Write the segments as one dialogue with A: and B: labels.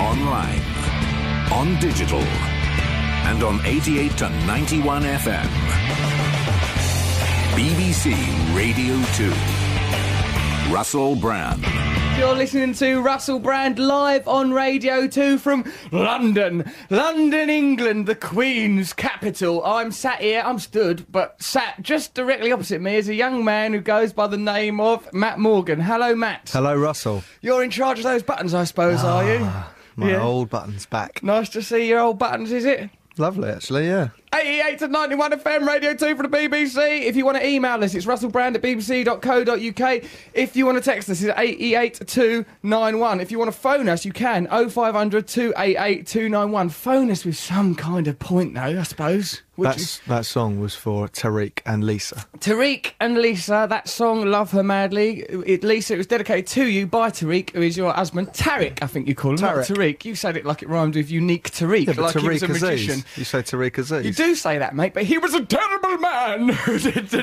A: online, on digital, and on 88 to 91 FM. BBC Radio 2. Russell Brand.
B: You're listening to Russell Brand live on Radio 2 from London, London, England, the Queen's capital. I'm sat here, I'm stood, but sat just directly opposite me is a young man who goes by the name of Matt Morgan. Hello, Matt.
C: Hello, Russell.
B: You're in charge of those buttons, I suppose, are you?
C: Ah, My
B: Yeah.
C: old button's back.
B: Nice to see your old buttons, is it?
C: Lovely, actually, yeah.
B: 88 to 91 FM, Radio 2 for the BBC. If you want to email us, it's russellbrand at bbc.co.uk. If you want to text us, it's 88291. If you want to phone us, you can, 0500 288 291. Phone us with some kind of point, though, I suppose. Would you?
C: That's, that song was for Tariq and Lisa.
B: Tariq and Lisa, that song, Love Her Madly. It, Lisa, it was dedicated to you by Tariq, who is your husband. Tariq, I think you call him. not
C: Tariq.
B: Tariq. You said it like it rhymed with unique Tariq,
C: Yeah, but
B: like he was a
C: Tariq
B: magician.
C: Aziz. You say Tariq Aziz.
B: You do say that, mate, but he was a terrible man who did the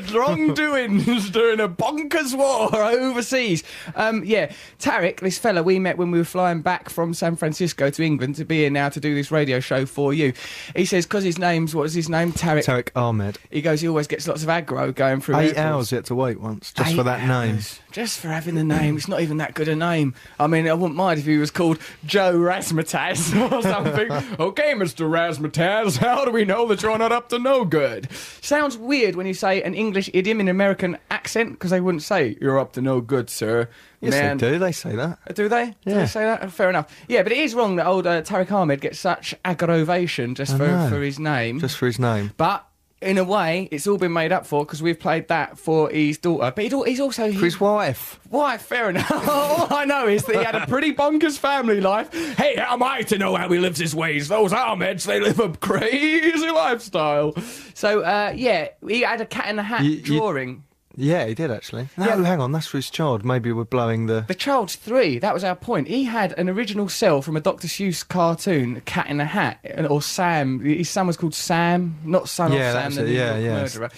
B: wrongdoings during a bonkers war overseas. Um, yeah, Tarek, this fella we met when we were flying back from San Francisco to England to be here now to do this radio show for you. He says, because his name's, what is his name? Tarek.
C: Tariq Ahmed.
B: he goes, he always gets lots of aggro going through
C: Eight
B: airports.
C: hours yet to wait once, just
B: Eight
C: for that name.
B: hours. Just for having the name. It's not even that good a name. I mean, I wouldn't mind if he was called Joe Rasmataz or something. okay, Mr. Rasmataz, how do we know that you're not up to no good? Sounds weird when you say an English idiom in American accent because they wouldn't say, you're up to no good, sir.
C: Yes,
B: Man.
C: they do. They say that.
B: Do they? Do
C: Yeah.
B: they say that? Oh, Fair enough. Yeah, but it is wrong that old uh, Tariq Ahmed gets such aggravation just
C: I
B: for,
C: know.
B: for his name.
C: Just for his name.
B: But in a way, it's all been made up for because we've played that for his daughter. But he'd al- he's also
C: For his wife.
B: why? Fair enough. All I know is that he had a pretty bonkers family life. Hey, how am I to know how he lives his ways? Those Ahmeds, they live a crazy lifestyle. So, uh, yeah, he had a cat in the hat
C: You- you-
B: drawing.
C: Yeah, he did, actually. No,
B: Yeah.
C: hang on. That's for his child. Maybe we're blowing the...
B: The Child's Three, that was our point. He had an original cell from a Dr. Seuss cartoon, Cat in a Hat, and- or Sam. His son was called Sam, not Son
C: Yeah,
B: of Sam,
C: that's
B: the
C: it.
B: New
C: Yeah,
B: York
C: yeah.
B: murderer.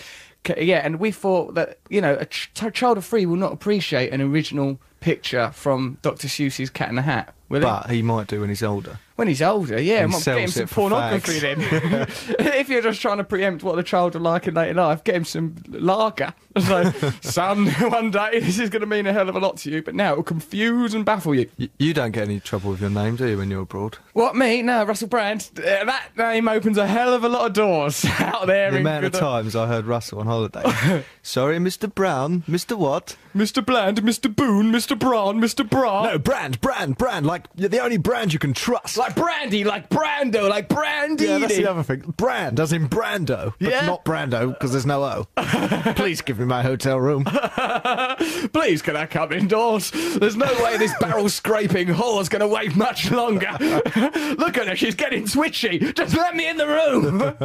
B: C- Yeah, and we thought that, you know, a ch- a child of three will not appreciate an original picture from Dr. Seuss's Cat in a Hat, will he?
C: But he might do when he's older.
B: When he's older, yeah,
C: He
B: I'm get him
C: sells
B: some
C: it for
B: pornography then. if you're just trying to preempt what the child will like in later life, get him some lager. So, son, one day this is going to mean a hell of a lot to you, but now it will confuse and baffle you.
C: You, you don't get any trouble with your name, do you, when you're abroad?
B: What me? No, Russell Brand. Uh, that name opens a hell of a lot of doors out there.
C: The
B: in
C: amount of
B: good-
C: times I heard Russell on holiday. Sorry, Mr. Brown. Mr. What?
B: Mr. Bland, Mr. Boone, Mr. Braun, Mr. Bra.
C: No, brand, brand, brand. Like you're the only brand you can trust.
B: Like Brandy, like Brando, like Brandy.
C: yeah, that's the other thing. Brand, as in Brando, but
B: Yeah.
C: not Brando because there's no O. Please give me my hotel room.
B: Please, can I come indoors? There's no way this barrel scraping whore's going to wait much longer. Look at her, she's getting twitchy. Just let me in the room.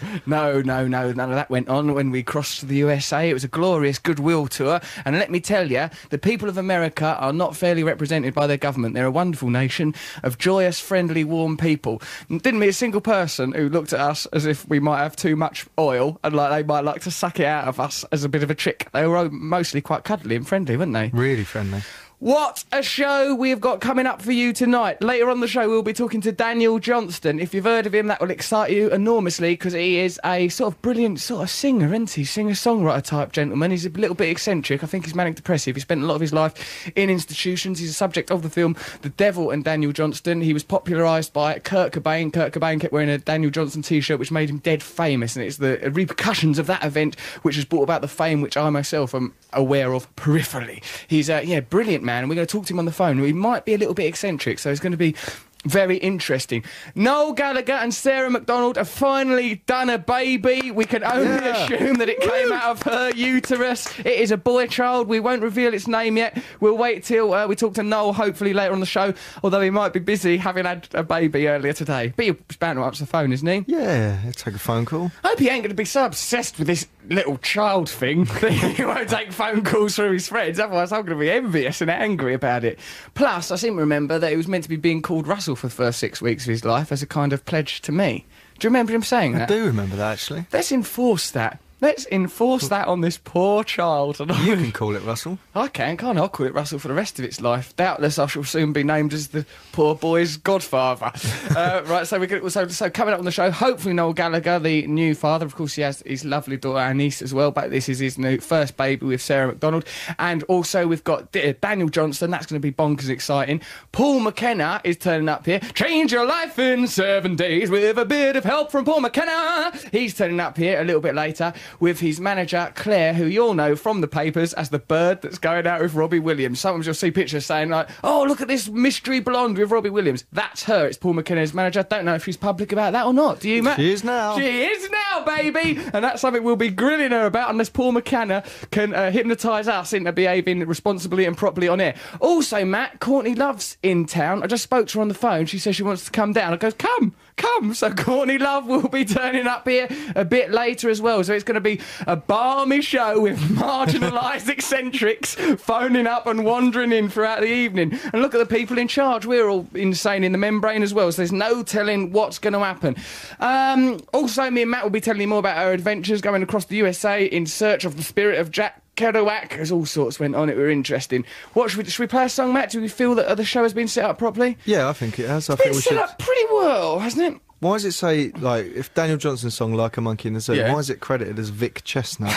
B: no, no, no, none of that went on when we crossed to the USA. It was a glorious goodwill tour. And let me tell you, the people of America are not fairly represented by their government. They're a wonderful nation of joyous, friendly, warm people. Didn't meet a single person who looked at us as if we might have too much oil and like they might like to suck it out of us as a bit of a trick. They were all mostly quite cuddly and friendly, weren't they?
C: Really friendly.
B: What a show we've got coming up for you tonight. Later on the show, we'll be talking to Daniel Johnston. If you've heard of him, that will excite you enormously because he is a sort of brilliant sort of singer, isn't he? Singer songwriter type gentleman. He's a little bit eccentric. I think he's manic depressive. He spent a lot of his life in institutions. He's a subject of the film The Devil and Daniel Johnston. He was popularised by Kurt Cobain. Kurt Cobain kept wearing a Daniel Johnston t shirt, which made him dead famous. And it's the repercussions of that event which has brought about the fame which I myself am aware of peripherally. He's a yeah, brilliant man. We're going to talk to him on the phone. He might be a little bit eccentric, so it's going to be very interesting. Noel Gallagher and Sarah McDonald have finally done a baby. We can only
C: Yeah.
B: assume that it came out of her uterus. It is a boy child. We won't reveal its name yet. We'll wait till uh, we talk to Noel hopefully later on the show, although he might be busy having had a baby earlier today. But he's bound to answer the phone, isn't he?
C: Yeah, I'll take a phone call.
B: Hope he ain't going to be so obsessed with this little child thing that he won't take phone calls from his friends. Otherwise, I'm going to be envious and angry about it. Plus, I seem to remember that he was meant to be being called Russell for the first six weeks of his life as a kind of pledge to me. Do you remember him saying
C: I
B: that?
C: do remember that actually.
B: Let's enforce that. Let's enforce that on this poor child.
C: You can call it Russell.
B: I can, can't I? I'll call it Russell for the rest of its life. Doubtless I shall soon be named as the poor boy's godfather. uh, right, so we're gonna, so, so coming up on the show, hopefully Noel Gallagher, the new father. Of course, he has his lovely daughter Anise as well, but this is his new first baby with Sarah McDonald. And also we've got D- Daniel Johnston. That's going to be bonkers exciting. Paul McKenna is turning up here. Change your life in seven days with a bit of help from Paul McKenna. He's turning up here a little bit later with his manager Claire, who you all know from the papers as the bird that's going out with Robbie Williams. Sometimes you'll see pictures saying like, "Oh, look at this mystery blonde with Robbie Williams." That's her. It's Paul McKenna's manager. Don't know if she's public about that or not. Do you, Matt?
C: She is now.
B: She is now, baby. And that's something we'll be grilling her about unless Paul McKenna can uh, hypnotise us into behaving responsibly and properly on air. Also, Matt, Courtney Love's in town. I just spoke to her on the phone. She says she wants to come down. I goes, come, come. So Courtney Love will be turning up here a bit later as well. So it's going to be a balmy show with marginalised eccentrics phoning up and wandering in throughout the evening. And look at the people in charge. We're all insane in the membrane as well. So there's no telling what's going to happen. Um, also, me and Matt will be telling you more about our adventures going across the USA in search of the spirit of Jack Kerouac. There's all sorts went on. It were interesting. What should we, should we play a song, Matt? Do we feel that uh, the show has been set up properly?
C: Yeah, I think it has. I think
B: It's
C: we
B: been
C: should.
B: set up pretty well, hasn't it?
C: Why does it say like if Daniel Johnson's song "Like a Monkey in the Zoo"?
B: Yeah.
C: Why is it credited as Vic Chestnut?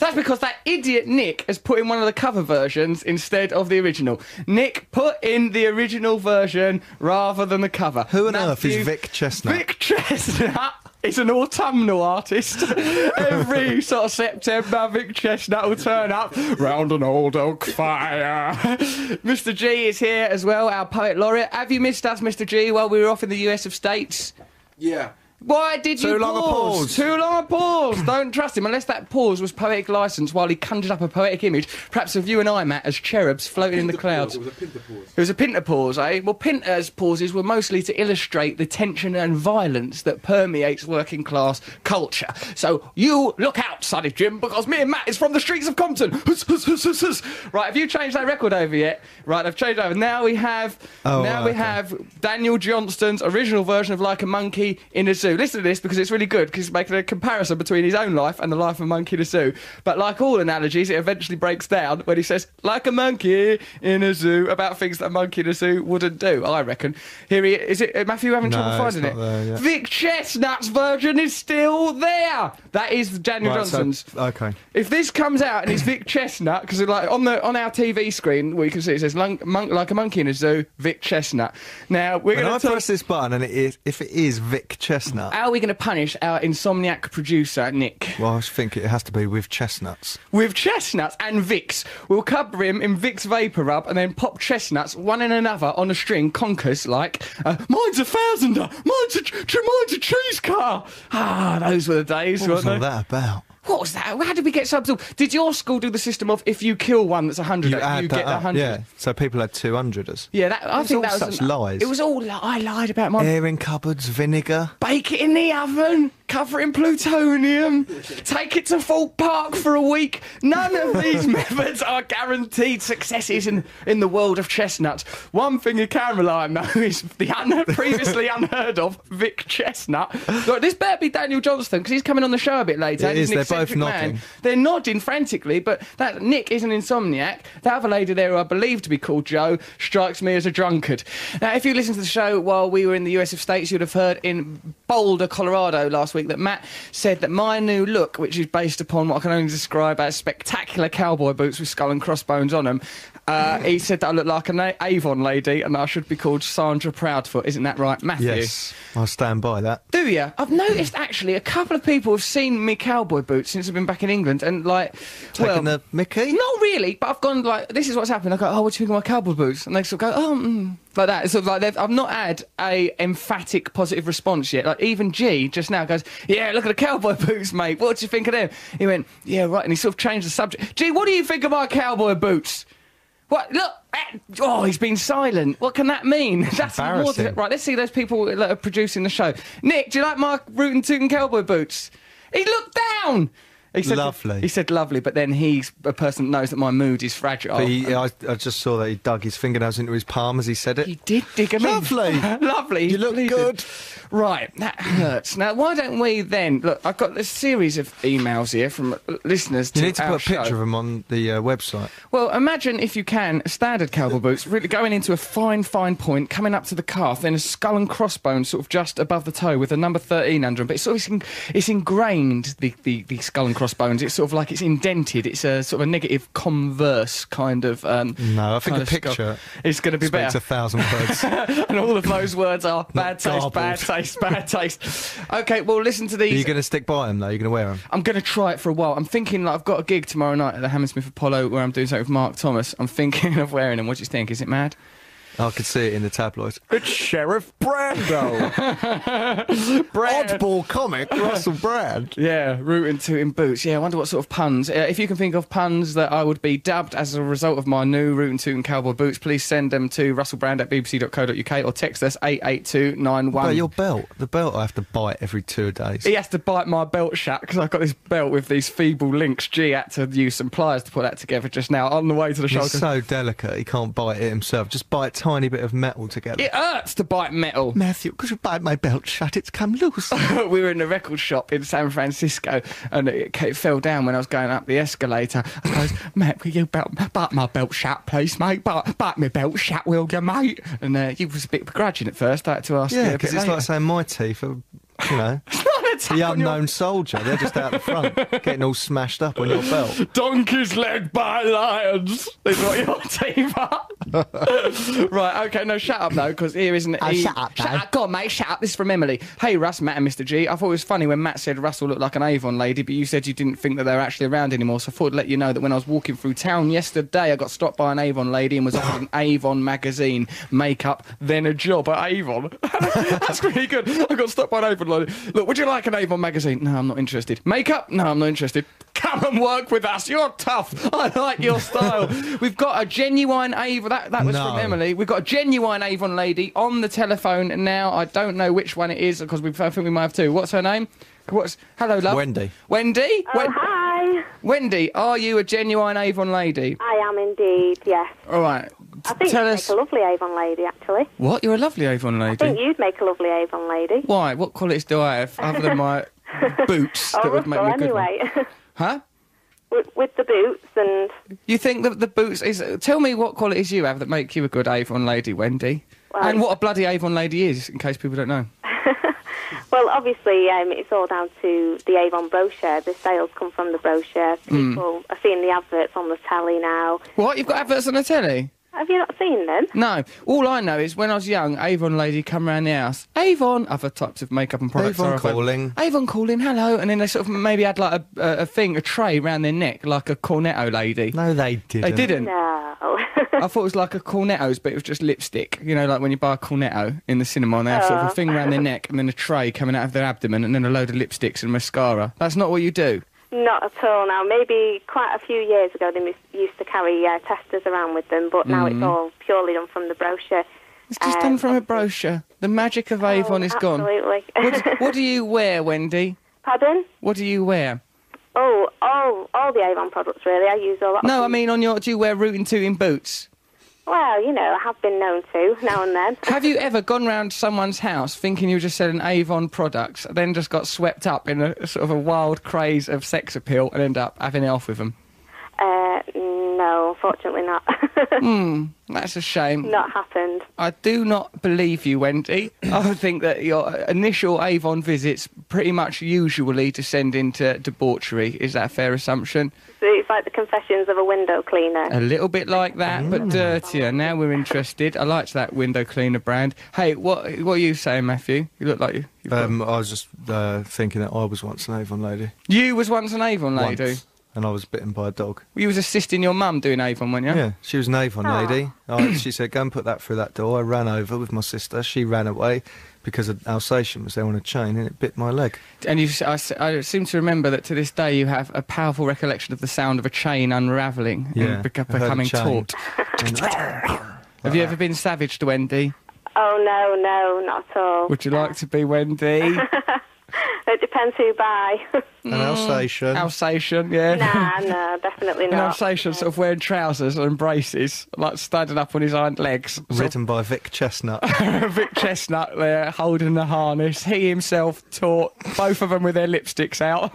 B: That's because that idiot Nick has put in one of the cover versions instead of the original. Nick put in the original version rather than the cover.
C: Who on earth is Vic Chestnut?
B: Vic Chestnut. is an autumnal artist. Every sort of September, Vic Chestnut will turn up round an old oak fire. Mr. G is here as well, our poet laureate. Have you missed us, Mr. G, while we were off in the US of States?
D: Yeah.
B: Why did you
C: Too long a
B: pause?
C: pause.
B: Too long a pause. Don't trust him unless that pause was poetic license while he conjured up a poetic image, perhaps of you and I, Matt, as cherubs floating in the clouds.
D: It was a pinter pause.
B: It was a Pinter pause, eh? Well, Pinter's pauses were mostly to illustrate the tension and violence that permeates working class culture. So you look out, sonny Jim, because me and Matt is from the streets of Compton. Huss, huss, huss, huss, huss. Right, have you changed that record over yet? Right, I've changed over. Now we have,
C: Oh,
B: now
C: right,
B: we
C: okay.
B: have Daniel Johnston's original version of Like a Monkey in a Zoo. Listen to this because it's really good because it's making a comparison between his own life and the life of a monkey in a zoo. But like all analogies, it eventually breaks down when he says, like a monkey in a zoo, about things that a monkey in a zoo wouldn't do, I reckon. Here he is. It, uh, Matthew, having
C: No,
B: trouble
C: it's
B: finding
C: not
B: it.
C: there yet.
B: Vic Chestnut's version is still there. That is Daniel
C: Right, so-
B: Johnson's.
C: okay.
B: If this comes out and it's Vic Chestnut, because like on the on our TV screen, we can see it says Lung, monk, like a monkey in a zoo, Vic Chestnut. Now we're
C: When
B: going
C: I
B: to
C: press this button, and it is, if it is Vic Chestnut,
B: How are we going to punish our insomniac producer Nick
C: well, I think it has to be with chestnuts.
B: with chestnuts and Vicks? We'll cover him in Vicks vapor rub and then pop chestnuts one in another on a string, conkers like uh, mine's a thousander, mine's a ch- ch- mine's a cheese car. Ah, those were the days.
C: What was
B: weren't
C: all
B: they?
C: that about?
B: What was that? How did we get so absorbed? Did your school do the system of if you kill one that's 100,
C: You add that
B: get
C: up,
B: 100?
C: yeah. So people had two hundreders.
B: Yeah, that, I
C: was
B: think
C: all
B: that was
C: such
B: an-
C: lies.
B: It was all li- I lied about my
C: Air in cupboards, vinegar.
B: bake it in the oven, cover it in plutonium, take it to Fort Park for a week. None of these methods are guaranteed successes in, in the world of chestnuts. One thing you can rely on, though, is the un- previously unheard of Vic Chestnut. Look, this better be Daniel Johnston because he's coming on the show a bit later.
C: It
B: He's
C: is,
B: an
C: they're both
B: eccentric man.
C: nodding.
B: They're nodding frantically, but that Nick is an insomniac. That other lady there, who I believe to be called Joe, strikes me as a drunkard. Now, if you listen to the show while we were in the US of States, you'd have heard in Boulder, Colorado last week that Matt said that my new look, which is based upon what I can only describe as spectacular cowboy boots with skull and crossbones on them, uh, he said that I look like an A- Avon lady and I should be called Sandra Proudfoot. Isn't that right, Matthew?
C: Yes, I'll stand by that.
B: Do you? I've noticed actually a couple of people have seen me cowboy boots since I've been back in England, and like, well,
C: Taking the Mickey.
B: not really. But I've gone like, this is what's happened. I go, oh, what do you think of my cowboy boots? And they sort of go, oh, mm, like that. Sort of like they've, I've not had a emphatic positive response yet. Like even G just now goes, yeah, look at the cowboy boots, mate. What do you think of them? He went, yeah, right, and he sort of changed the subject. G, what do you think of my cowboy boots? What? Look. eh, Oh, he's been silent. What can that mean? That's more
C: embarrassing.
B: than- Right, let's see those people that are producing the show. Nick, do you like my Root and Toot and Cowboy Boots? He looked down. He said,
C: Lovely.
B: He said lovely, but then he's a person that knows that my mood is fragile.
C: But he, uh, I, I just saw that he dug his fingernails into his palm as he said it.
B: He did dig him
C: Lovely.
B: in. lovely.
C: You look
B: Please.
C: good.
B: Right, that hurts. Now, why don't we then look? I've got a series of emails here from listeners.
C: you need to
B: our
C: put a picture
B: show.
C: of him on the uh, website.
B: Well, imagine if you can, standard cowboy boots, really going into a fine, fine point, coming up to the calf, then a skull and crossbone sort of just above the toe with a number 13 under them. But it's sort of it's, in, it's ingrained, the, the, the skull and crossbones. It's sort of like it's indented. It's a sort of a negative converse kind of. Um,
C: No, I think
B: kind
C: a
B: of skull.
C: picture
B: It's going to be
C: Speaks
B: better
C: a thousand words.
B: and all of those words are bad taste,
C: garbled.
B: bad taste, bad taste. Okay, well, listen to
C: Are you
B: these.
C: going to stick by him though? You're going to wear him?
B: I'm going to try it for a while. I'm thinking like I've got a gig tomorrow night at the Hammersmith Apollo where I'm doing something with Mark Thomas. I'm thinking of wearing them. What do you think? Is it mad?
C: I could see it in the tabloids.
D: It's Sheriff Brando.
C: Oddball comic, Russell Brand.
B: Yeah, rooting to in boots. Yeah, I wonder what sort of puns. Uh, if you can think of puns that I would be dubbed as a result of my new rooting to in cowboy boots, please send them to russellbrand at bbc.co.uk or text us eight eight two nine
C: But your
B: one.
C: belt, the belt I have to bite every two days.
B: He has to bite my belt shut because I've got this belt with these feeble links. G had to use some pliers to put that together just now on the way to the show.
C: He's so delicate, he can't bite it himself. Just bite a tiny bit of metal together.
B: It hurts to bite metal.
C: Matthew, could you bite my belt shut? It's come loose.
B: we were in a record shop in San Francisco and it, ca- it fell down when I was going up the escalator. I goes, mate, will you belt, bite my belt shut, please, mate? Bite, bite my belt shut, will you, mate? And uh, you was a bit begrudging at first. I had to ask you a
C: yeah,
B: bit
C: because it's
B: later.
C: like saying my teeth are, you know,
B: Not an attack
C: the
B: on your
C: unknown soldier. They're just out the front, getting all smashed up on your belt.
B: Donkeys led by lions. Is what your team are. right, okay, no, shut up though, because here is an.
C: Oh,
B: e-
C: shut up,
B: Shut
C: though.
B: up, go on, mate, shut up. This is from Emily. Hey, Russ, Matt, and Mr. G. I thought it was funny when Matt said Russell looked like an Avon lady, but you said you didn't think that they were actually around anymore, so I thought I'd let you know that when I was walking through town yesterday, I got stopped by an Avon lady and was offered an Avon magazine, makeup, then a job at Avon. That's really good. I got stopped by an Avon lady. Look, would you like an Avon magazine? No, I'm not interested. Makeup? No, I'm not interested. Come and work with us. You're tough. I like your style. We've got a genuine Avon. That, that was from
C: No.
B: Emily. We've got a genuine Avon lady on the telephone now. I don't know which one it is because we, I think we might have two. What's her name? What's hello, love?
C: Wendy.
B: Wendy.
E: Oh,
B: Wen-
E: hi.
B: Wendy, are you a genuine Avon lady?
E: I am indeed, yes.
B: All right.
E: I think
B: Tell
E: you'd
B: us
E: make a lovely Avon lady, actually.
B: what you're a lovely Avon
E: I think
B: lady.
E: you'd make a lovely Avon lady.
B: Why? What qualities do I have other than my boots
E: Or
B: that would make
E: Russell,
B: me a good? one?
E: Oh, anyway.
B: Huh?
E: with, with the boots and,
B: You think that the boots is? Tell me what qualities you have that make you a good Avon lady, Wendy,
E: Well,
B: and what a bloody Avon lady is, in case people don't know.
E: well, obviously, um, it's all down to the Avon brochure. The sales come from the brochure.
B: Hmm.
E: People are seeing the adverts on the telly now.
B: What? You've got adverts on the telly?
E: Have you not seen them?
B: No. All I know is when I was young, Avon lady come round the house. Avon, other types of makeup and products.
C: Avon
B: are available.
C: calling.
B: Avon calling, hello. And then they sort of maybe had like a, a, a thing, a tray round their neck, like a cornetto lady.
C: No, they didn't.
B: they didn't.
E: No.
B: I thought it was like a cornetto's, but it was just lipstick. You know, like when you buy a cornetto in the cinema, and they have sort of a
E: Oh.
B: thing round their neck, and then a tray coming out of their abdomen, and then a load of lipsticks and mascara. That's not what you do.
E: not at all now. Maybe quite a few years ago, they mis- used to carry uh, testers around with them, but now it's all purely done from the brochure.
B: Hmm. It's just
E: Um,
B: done from a
E: obviously-
B: brochure. The magic of Avon
E: Oh,
B: is gone.
E: absolutely.
B: What do, what do you wear, Wendy?
E: Pardon?
B: What do you wear?
E: Oh, all all the Avon products really. I use a lot.
B: No,
E: of
B: I mean on your. Do you wear rootin' tootin' boots?
E: Well, you know, I have been known to now and then.
B: Have you ever gone round someone's house thinking you were just selling Avon products, then just got swept up in a sort of a wild craze of sex appeal and end up having it off with them?
E: Uh, no, unfortunately not.
B: That's a shame.
E: not happened.
B: I do not believe you, Wendy. I think that your initial Avon visits pretty much usually descend into debauchery. Is that a fair assumption?
E: So it's like the confessions of a window cleaner.
B: A little bit like that, but dirtier. Now we're interested. I liked that window cleaner brand. Hey, what what are you saying, Matthew? You look like you. you've got-
C: Um, I was just uh, thinking that I was once an Avon lady.
B: you was once an Avon lady.
C: Once. And I was bitten by a dog.
B: You was assisting your mum doing Avon, weren't you?
C: Yeah, she was an Avon
B: Ah.
E: Aw.
C: lady. I, she said, "Go and put that through that door." I ran over with my sister. She ran away because an Alsatian was there on a chain and it bit my leg.
B: And you, s- I, s- I seem to remember that to this day you have a powerful recollection of the sound of a chain unraveling
C: Yeah,
B: and beca-
C: I heard a
B: becoming
C: chain.
B: taut. Have you ever been savaged, Wendy?
E: Oh no, no, not at all.
B: Would you like to be Wendy?
E: It depends who buy.
C: An Alsatian.
B: Alsatian, yeah.
E: Nah, no, definitely
B: An
E: not.
B: Alsatian sort of wearing trousers and braces, like standing up on his hind legs. Sort
C: Ridden by Vic Chestnut.
B: of Vic Chestnut there holding the harness. He himself taught both of them with their lipsticks out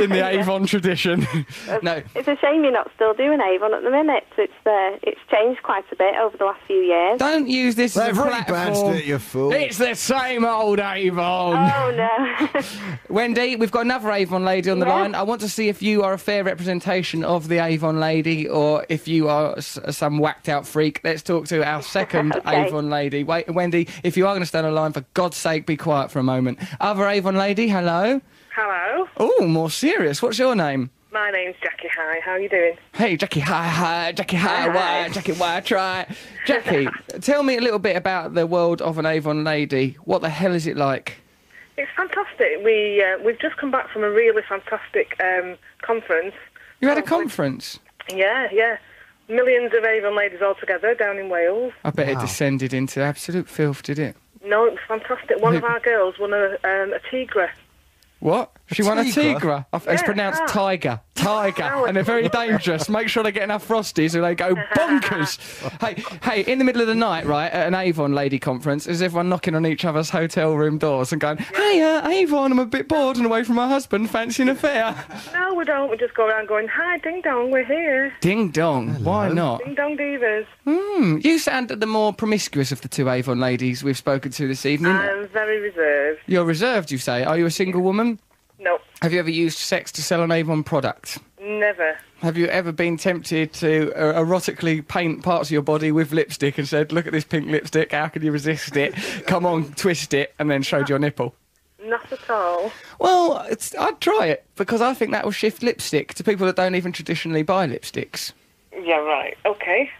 B: in the Avon tradition. no,
E: It's a shame you're not still doing Avon at the minute. It's uh, it's changed quite a bit over the last few years.
B: don't use this as a
C: They've
B: platform.
C: rebadged it, you fool.
B: It's the same old Avon.
E: Oh no.
B: Wendy, we've got another Avon lady on the
E: Yeah.
B: line. I want to see if you are a fair representation of the Avon lady or if you are s- some whacked out freak. Let's talk to our second
E: Okay.
B: Avon lady. Wait, Wendy, if you are going to stand on the line, for God's sake, be quiet for a moment. Other Avon lady, hello.
F: Hello,
B: Oh, more serious. What's your name?
F: my name's Jackie. Hi, how are you doing?
B: Hey, Jackie, hi, hi, Jackie, hi,
F: Hi.
B: why, Jackie, why, try. Jackie, tell me a little bit about the world of an Avon lady. What the hell is it like?
F: It's fantastic. We uh, we've just come back from a really fantastic um, conference.
B: You had a conference.
F: Yeah, yeah. Millions of Avon ladies all together down in Wales.
B: I bet it
C: Wow.
B: descended into absolute filth, did it?
F: No, it was fantastic. One of our girls won a um, a tigra.
B: What? She won a
C: tigra?
B: tigra. I th- It's
F: Yeah,
B: pronounced
F: ah.
B: tiger. Tiger.
F: Oh,
B: and they're very dangerous. Make sure they get enough frosties or they go bonkers. hey, hey, in the middle of the night, right, at an Avon lady conference, is everyone knocking on each other's hotel room doors and going, Hey, uh, Avon, I'm a bit bored and away from my husband, fancy an affair.
F: No, we don't. We just go around going, "Hi, ding dong, we're here,
B: Ding dong. Why not?
F: ding dong divas."
B: Hmm, you sound the more promiscuous of the two Avon ladies we've spoken to this evening.
G: Um,
F: I'm very reserved.
B: You're reserved, you say. Are you a single woman?
F: No,
B: Have you ever used sex to sell an Avon product?
F: never.
B: Have you ever been tempted to uh, erotically paint parts of your body with lipstick and said, "Look at this pink lipstick. How can you resist it? Come on, twist it," and then showed your nipple?
F: Not at all.
B: Well, it's, I'd try it because I think that will shift lipstick to people that don't even traditionally buy lipsticks.
F: Yeah, right. Okay.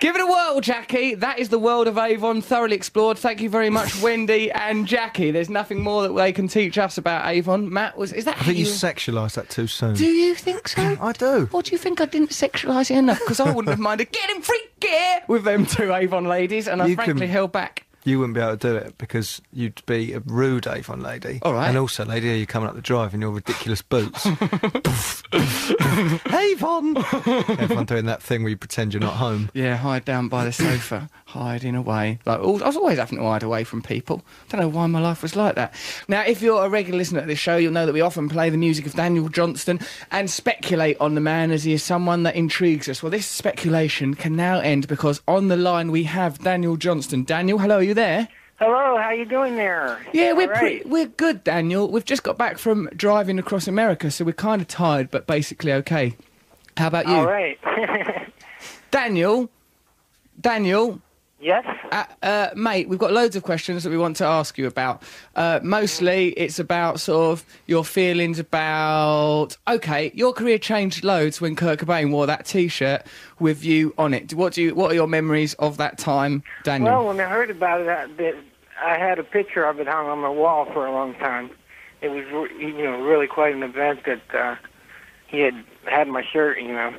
B: Give it a whirl, Jackie. That is the world of Avon, thoroughly explored. Thank you very much, Wendy and Jackie. There's nothing more that they can teach us about Avon. Matt was—is that
C: I
B: how
C: think you
B: you?
C: sexualised that too soon.
B: Do you think so?
C: I do.
B: What do you think? I didn't sexualise it enough because I wouldn't have minded getting freaky with them two Avon ladies, and I
C: You
B: frankly
C: can-
B: held back.
C: You wouldn't be able to do it because you'd be a rude Avon lady.
B: All right.
C: And also, lady, you're coming up the drive in your ridiculous boots. Avon! Everyone doing that thing where you pretend you're not home.
B: Yeah, hide down by the sofa, hiding away. Like al- I was always having to hide away from people. Don't know why my life was like that. Now, if you're a regular listener to this show, you'll know that we often play the music of Daniel Johnston and speculate on the man as he is someone that intrigues us. Well, this speculation can now end because on the line we have Daniel Johnston. Daniel, hello, are you there?
G: Hello, how you doing there?
B: Yeah, we're
G: All right.
B: pre- we're good, Daniel. We've just got back from driving across America, so we're kind of tired, but basically okay. How about you,
G: All right.
B: Daniel? Daniel,
G: yes.
B: uh, uh, mate, we've got loads of questions that we want to ask you about. Uh, mostly, it's about sort of your feelings about. Okay, your career changed loads when Kurt Cobain wore that T-shirt with you on it. What do you? What are your memories of that time, Daniel?
G: Well, when I heard about it, I, that I had a picture of it hung on my wall for a long time. It was, re- you know, really quite an event that uh, he had had my shirt, you know.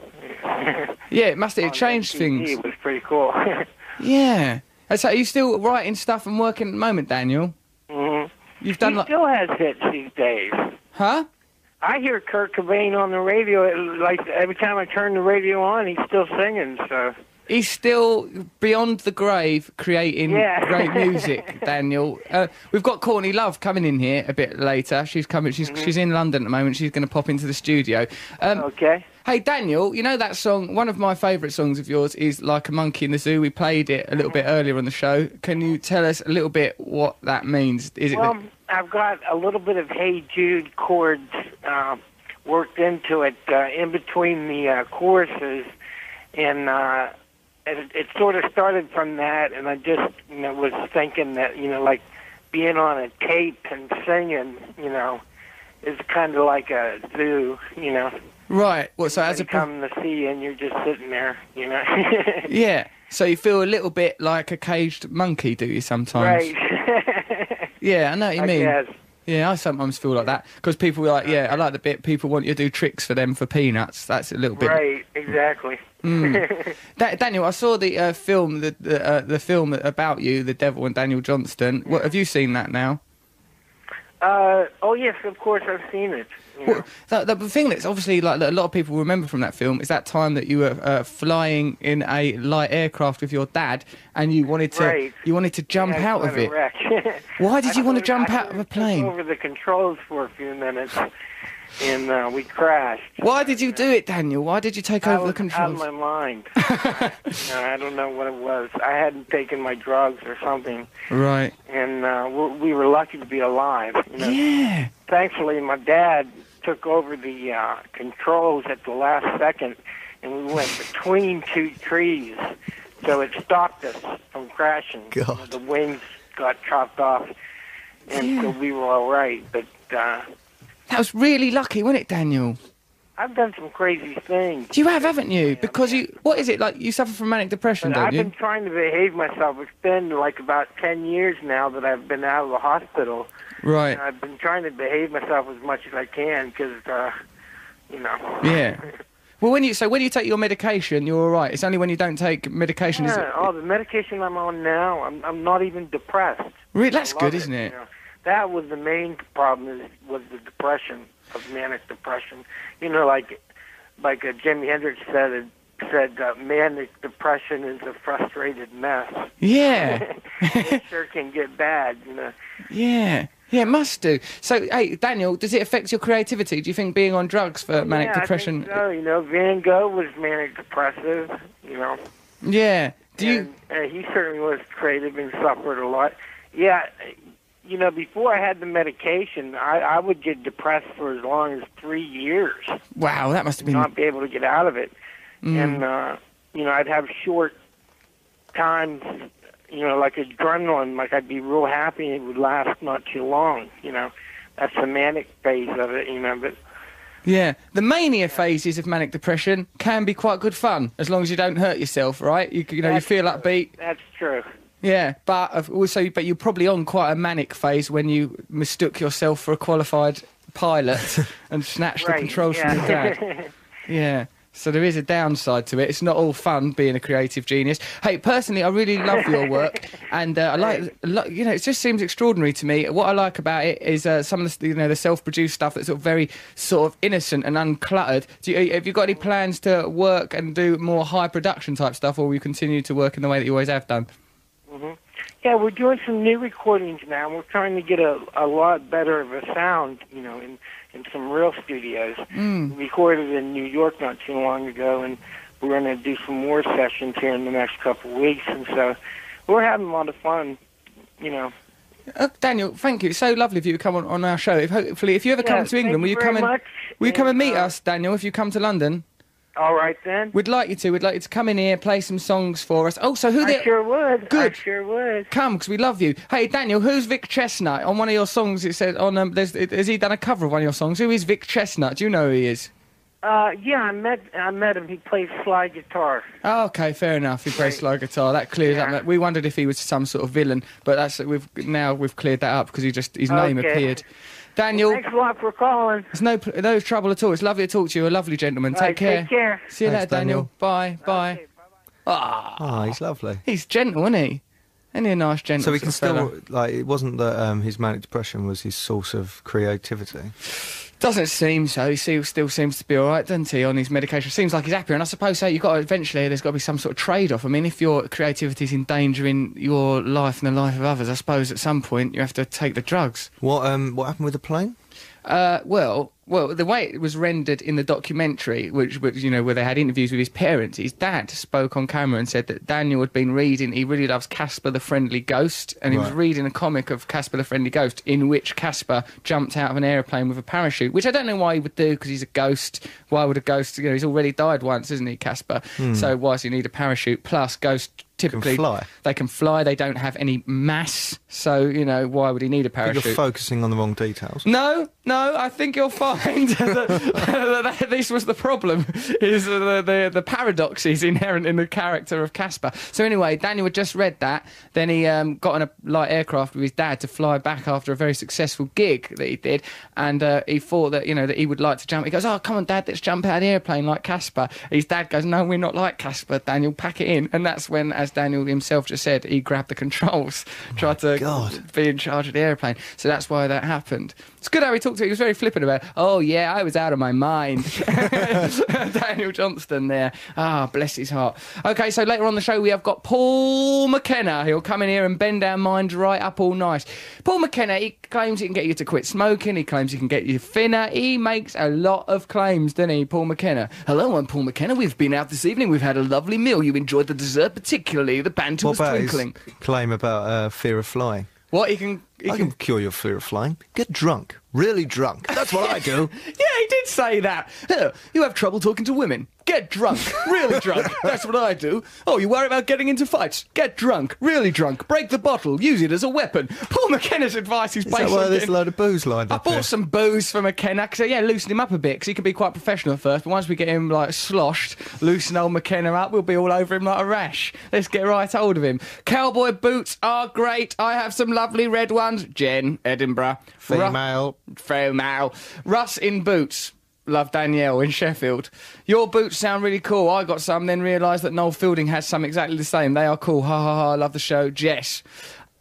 B: yeah, it must have
G: On
B: changed
G: MTV.
B: things.
G: It was pretty cool.
B: Yeah. And so are you still writing stuff and working at the moment, Daniel?
G: Mhm.
B: You've done
G: He
B: like.
G: still has hits these days.
B: Huh?
G: I hear Kurt Cobain on the radio. it- Like every time I turn the radio on, he's still singing. So
B: He's still beyond the grave creating
G: Yeah.
B: great music, Daniel. Uh, we've got Courtney Love coming in here a bit later. She's coming. She's, she's in London at the moment. She's going to pop into the studio. Um,
G: Mm-hmm. okay.
B: Hey, Daniel, you know that song? One of my favourite songs of yours is Like a Monkey in the Zoo. We played it a little
G: Mm-hmm.
B: bit earlier on the show. Can you tell us a little bit what that means? Is it
G: Well, I've got a little bit of Hey Jude chords uh, worked into it uh, in between the uh, choruses, and uh, it, it sort of started from that. And I just you know was thinking that you know like being on a tape and singing, you know, is kind of like a zoo, you know.
B: right? Well, so as
G: they
B: a pro-
G: come to see you and you're just sitting there, you know.
B: Yeah. So you feel a little bit like a caged monkey, do you sometimes?
G: right.
B: Yeah, I know what you
G: I
B: mean.
G: guess.
B: Yeah, I sometimes feel like that because people are like, yeah, I like the bit people want you to do tricks for them for peanuts. That's a little bit.
G: Right. Exactly.
B: Hmm. Da- Daniel, I saw the uh, film, the the, uh, the film about you, the Devil and Daniel Johnston. What have you seen that now?
G: Uh, oh yes, of course I've seen it. you know.
B: Well, the, the thing that's obviously like that a lot of people remember from that film is that time that you were uh, flying in a light aircraft with your dad, and you wanted to
G: Right.
B: you wanted to jump
G: Yeah,
B: out
G: quite
B: of
G: a
B: it.
G: wreck.
B: Why did
G: I
B: you want to
G: flew-
B: jump
G: I
B: out of a
G: took
B: plane?
G: Over the controls for a few minutes, and uh, we crashed.
B: Why did you do it, Daniel? Why did you take
G: I
B: over
G: was
B: the controls?
G: out of my mind. You know, I don't know what it was. I hadn't taken my drugs or something,
B: Right.
G: and uh, we we were lucky to be alive. You know,
B: Yeah.
G: thankfully, my dad took over the uh, controls at the last second, and we went between two trees, so it stopped us from crashing.
C: God.
G: The wings got chopped off, and so we were all right. But uh,
B: That was really lucky, wasn't it, Daniel?
G: I've done some crazy things.
B: You have, haven't you? Because you, what is it like? You suffer from manic depression,
G: But
B: don't
G: I've
B: you?
G: been trying to behave myself. It's been like about 10 years now that I've been out of the hospital.
B: Right.
G: And I've been trying to behave myself as much as I can because, uh, you know.
B: Yeah. Well, when you so when you take your medication, you're all right. It's only when you don't take medication is
G: Yeah, oh, the medication I'm on now, I'm, I'm not even depressed.
B: Really, that's
G: I love
B: good, isn't it?
G: you know. that was the main problem is, was the depression of manic depression. You know, like like uh, Jimi Hendrix said it said uh, manic depression is a frustrated mess.
B: Yeah,
G: it sure can get bad. You know,
B: yeah, yeah. It must do. So, hey, Daniel, does it affect your creativity? Do you think being on drugs for manic
G: yeah,
B: depression?
G: I think so. You know, Van Gogh was manic depressive. You know.
B: Yeah. Do you?
G: And, uh, he certainly was creative and suffered a lot. Yeah, you know, before I had the medication, I, I would get depressed for as long as three years,
B: Wow, that must have been.
G: not be able to get out of it,
B: Mm.
G: and uh, you know, I'd have short times. You know, like adrenaline, like I'd be real happy and it would last not too long. You know, that's the manic phase of it. You know, but
B: Yeah, the mania phases of manic depression can be quite good fun as long as you don't hurt yourself, right? You, you know, you
G: That's
B: feel upbeat.
G: that's true.
B: Yeah, but of- also, but you're probably on quite a manic phase when you mistook yourself for a qualified pilot and snatched
G: Right,
B: the controls from your
G: yeah.
B: dad. Yeah. So there is a downside to it. It's not all fun being a creative genius. Hey, personally, I really love your work, and uh, I like, lo- you know, it just seems extraordinary to me. What I like about it is uh, some of the, you know, the self-produced stuff that's sort of very sort of innocent and uncluttered. Do you, have you got any plans to work and do more high production type stuff, or will you continue to work in the way that you always have done?
G: Yeah, we're doing some new recordings now. We're trying to get a, a lot better of a sound, you know, in, in some real studios.
B: Mm.
G: We recorded in New York not too long ago, and we're going to do some more sessions here in the next couple of weeks. And so we're having a lot of fun, you know.
B: Uh, Daniel, thank you. It's so lovely of you to come on, on our show. If, hopefully, if you ever come
G: Yeah,
B: to
G: thank
B: England, will you
G: very
B: come and
G: much.
B: will you come and meet
G: uh,
B: us, Daniel? If you come to London,
G: All right, then.
B: we'd like you to. We'd like you to come in here, play some songs for us. Oh, so who
G: I
B: the
G: sure would.
B: Good.
G: I sure would.
B: come? Because we love you. Hey, Daniel, who's Vic Chestnut? On one of your songs, it said on um, there's, it, has he done a cover of one of your songs? Who is Vic Chestnut? Do you know who he is?
G: Uh, yeah, I met I met him. He plays slide guitar.
B: Oh, okay, fair enough. He plays slide guitar. That clears up.
G: Yeah.
B: that- We wondered if he was some sort of villain, but that's we've now we've cleared that up because he just his name
G: Okay.
B: appeared. Daniel,
G: Thanks a lot for calling.
B: It's no, pl- no trouble at all. It's lovely to talk to you. A lovely gentleman. Take
G: All right,
B: care.
G: Take care.
B: See you
C: Thanks,
B: later, Daniel. Bye. Bye.
C: Ah, he's lovely.
B: He's gentle, isn't he? Isn't he a nice gentle?
C: So we can
B: sort of
C: still
B: fella?
C: like it wasn't that um, his manic depression was his source of creativity.
B: Doesn't seem so. He still, still seems to be all right, doesn't he? On his medication, seems like he's happier. And I suppose so. You've got to, eventually. There's got to be some sort of trade-off. I mean, if your creativity's endangering your life and the life of others, I suppose at some point you have to take the drugs.
C: What um what happened with the plane?
B: Uh, well, well, the way it was rendered in the documentary, which was you know where they had interviews with his parents, his dad spoke on camera and said that Daniel had been reading. He really loves Casper the Friendly Ghost, and he was
C: Right.
B: reading a comic of Casper the Friendly Ghost, in which Casper jumped out of an aeroplane with a parachute, which I don't know why he would do because he's a ghost. Why would a ghost? You know, he's already died once, isn't he, Casper? So why does he need a parachute? Plus, ghost typically
C: Hmm. fly.
B: They can fly. They don't have any mass, so you know why would he need a
C: I think
B: parachute?
C: You're focusing on the wrong details.
B: No, no, I think you'll find that, that, that this was the problem, is the, the, the paradoxes inherent in the character of Casper. So anyway, Daniel had just read that, then he um, got on a light aircraft with his dad to fly back after a very successful gig that he did, and uh, he thought that, you know, that he would like to jump. He goes, oh, come on, Dad, let's jump out of the airplane like Casper. His dad goes, no, we're not like Casper, Daniel, pack it in. And that's when, as as Daniel himself just said, he grabbed the controls, tried to
C: God.
B: be in charge of the airplane. So that's why that happened. It's good how he talked to it. He was very flippant about, it. oh, yeah, I was out of my mind. Daniel Johnston there. Ah, bless his heart. Okay, so later on the show, we have got Paul McKenna. He'll come in here and bend our minds right up all night. Paul McKenna, he claims he can get you to quit smoking. He claims he can get you thinner. He makes a lot of claims, doesn't he, Paul McKenna? Hello, I'm Paul McKenna. We've been out this evening. We've had a lovely meal. You enjoyed the dessert, particularly the banter
C: What
B: was
C: about his
B: twinkling.
C: claim about uh, fear of flying?
B: What he can. He
C: I
B: can
C: can cure your fear of flying. Get drunk, really drunk. That's what I do.
B: Yeah, he did say that. Huh, you have trouble talking to women. Get drunk. Really drunk. That's what I do. Oh, you worry about getting into fights. Get drunk. Really drunk. Break the bottle. Use it as a weapon. Paul McKenna's advice is
C: Is
B: based
C: that why
B: on
C: there's a
B: getting-
C: load of booze lined
B: I
C: up here?
B: bought some booze for McKenna because yeah, loosen him up a bit because he can be quite professional at first. But once we get him like sloshed, loosen old McKenna up, we'll be all over him like a rash. Let's get right hold of him. Cowboy boots are great. I have some lovely red ones. Jen, Edinburgh, Ru-
H: Female.
B: female. Russ in boots. Love Danielle in Sheffield. Your boots sound really cool. I got some, then realised that Noel Fielding has some exactly the same. They are cool. Ha ha ha. I love the show. Jess.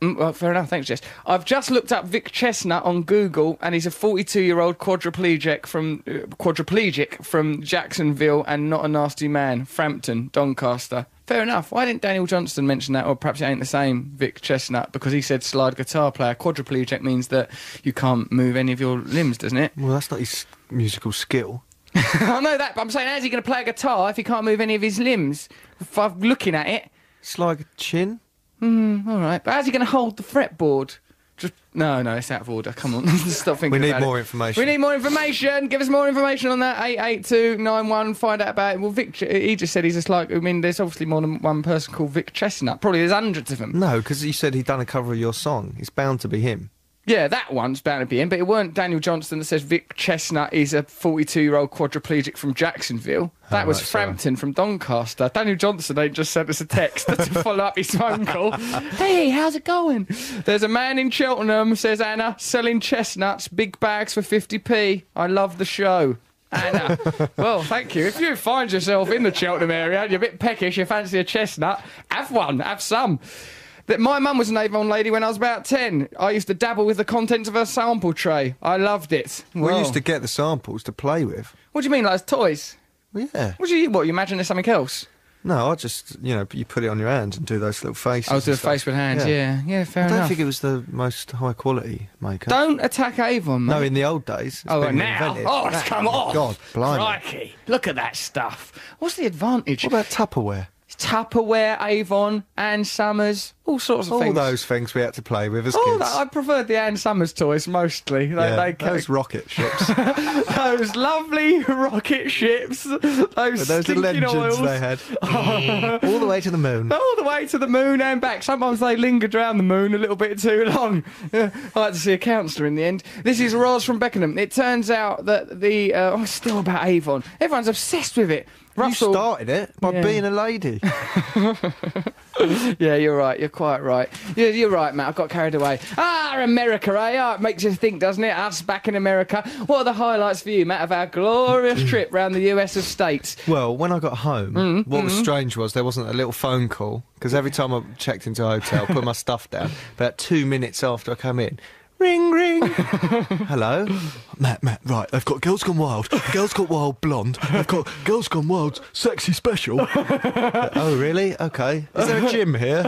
B: Mm, well, fair enough. Thanks, Jess. I've just looked up Vic Chestnut on Google, and he's a 42-year-old quadriplegic from uh, quadriplegic from Jacksonville, and not a nasty man. Frampton, Doncaster. Fair enough. Why didn't Daniel Johnston mention that? Or perhaps it ain't the same, Vic Chestnut, because he said slide guitar player. Quadriplegic means that you can't move any of your limbs, doesn't it?
C: Well, that's not his musical skill.
B: I know that, but I'm saying, how's he going to play a guitar if he can't move any of his limbs? If I'm looking at it,
C: It's like a chin.
B: all right. But how's he going to hold the fretboard? Just no, no, it's out of order. Come on, stop thinking.
C: We need
B: about it.
C: more information.
B: We need more information. Give us more information on that. Eight eight two nine one. Find out about it. Well, Vic, he just said he's just like. I mean, there's obviously more than one person called Vic Chestnut. Probably there's hundreds of them.
C: No, because you said he'd done a cover of your song. It's bound to be him.
B: Yeah, that one's bound to be in, but it weren't Daniel Johnston that says Vic Chestnut is a 42 year old quadriplegic from Jacksonville. That was
C: right, sorry.
B: Frampton from Doncaster. Daniel Johnston ain't just sent us a text to follow up his phone call. hey, how's it going? There's a man in Cheltenham, says Anna, selling chestnuts, big bags for 50p. I love the show. Anna, well, thank you. If you find yourself in the Cheltenham area and you're a bit peckish, you fancy a chestnut, have one, have some. That my mum was an Avon lady when I was about 10. I used to dabble with the contents of her sample tray. I loved it.
C: We
B: Wow.
C: used to get the samples to play with.
B: What do you mean, like as toys?
C: Yeah.
B: What do you, what, you imagine there's something else?
C: No, I just, you know, you put it on your hands and do those little faces.
B: I was doing
C: and stuff.
B: face with hands, yeah. Yeah, fair
C: I don't
B: enough.
C: think it was the most high quality makeup.
B: Don't attack Avon,
C: No,
B: mate.
C: in the old days. it's
B: Oh,
C: been
B: now?
C: reinvented.
B: Oh, it's come
C: my
B: off.
C: God, blimey.
B: Crikey. Look at that stuff. What's the advantage?
C: What about Tupperware?
B: Tupperware, Avon, Ann Summers, all sorts of
C: All
B: things.
C: those things we had to play with as
B: All
C: kids.
B: that, I preferred the Ann Summers toys mostly. They,
C: yeah,
B: they
C: those rocket ships.
B: those lovely rocket ships, those,
C: those are
B: stinking
C: legends
B: oils.
C: they had. All the way to the moon.
B: All the way to the moon and back. Sometimes they lingered round the moon a little bit too long. I had to see a counsellor in the end. This is Roz from Beckenham. It turns out that the uh, oh, it's still about Avon. Everyone's obsessed with it.
C: You
B: Russell,
C: started it by
B: Yeah.
C: being a lady.
B: yeah, you're right. You're quite right. You're, you're right, Matt. I got carried away. Ah, America, eh? Ah, it makes you think, doesn't it? Us back in America. What are the highlights for you, Matt, of our glorious trip round the U.S. of states?
C: Well, when I got home, what was strange was there wasn't a little phone call because every time I checked into a hotel, put my stuff down, about two minutes after I come in, ring, ring. Hello,
H: Matt, Matt, right, they've got Girls Gone Wild, Girls Gone Wild Blonde, they've got Girls Gone Wild Sexy Special. I
C: Oh, really? Okay. Is there a gym here?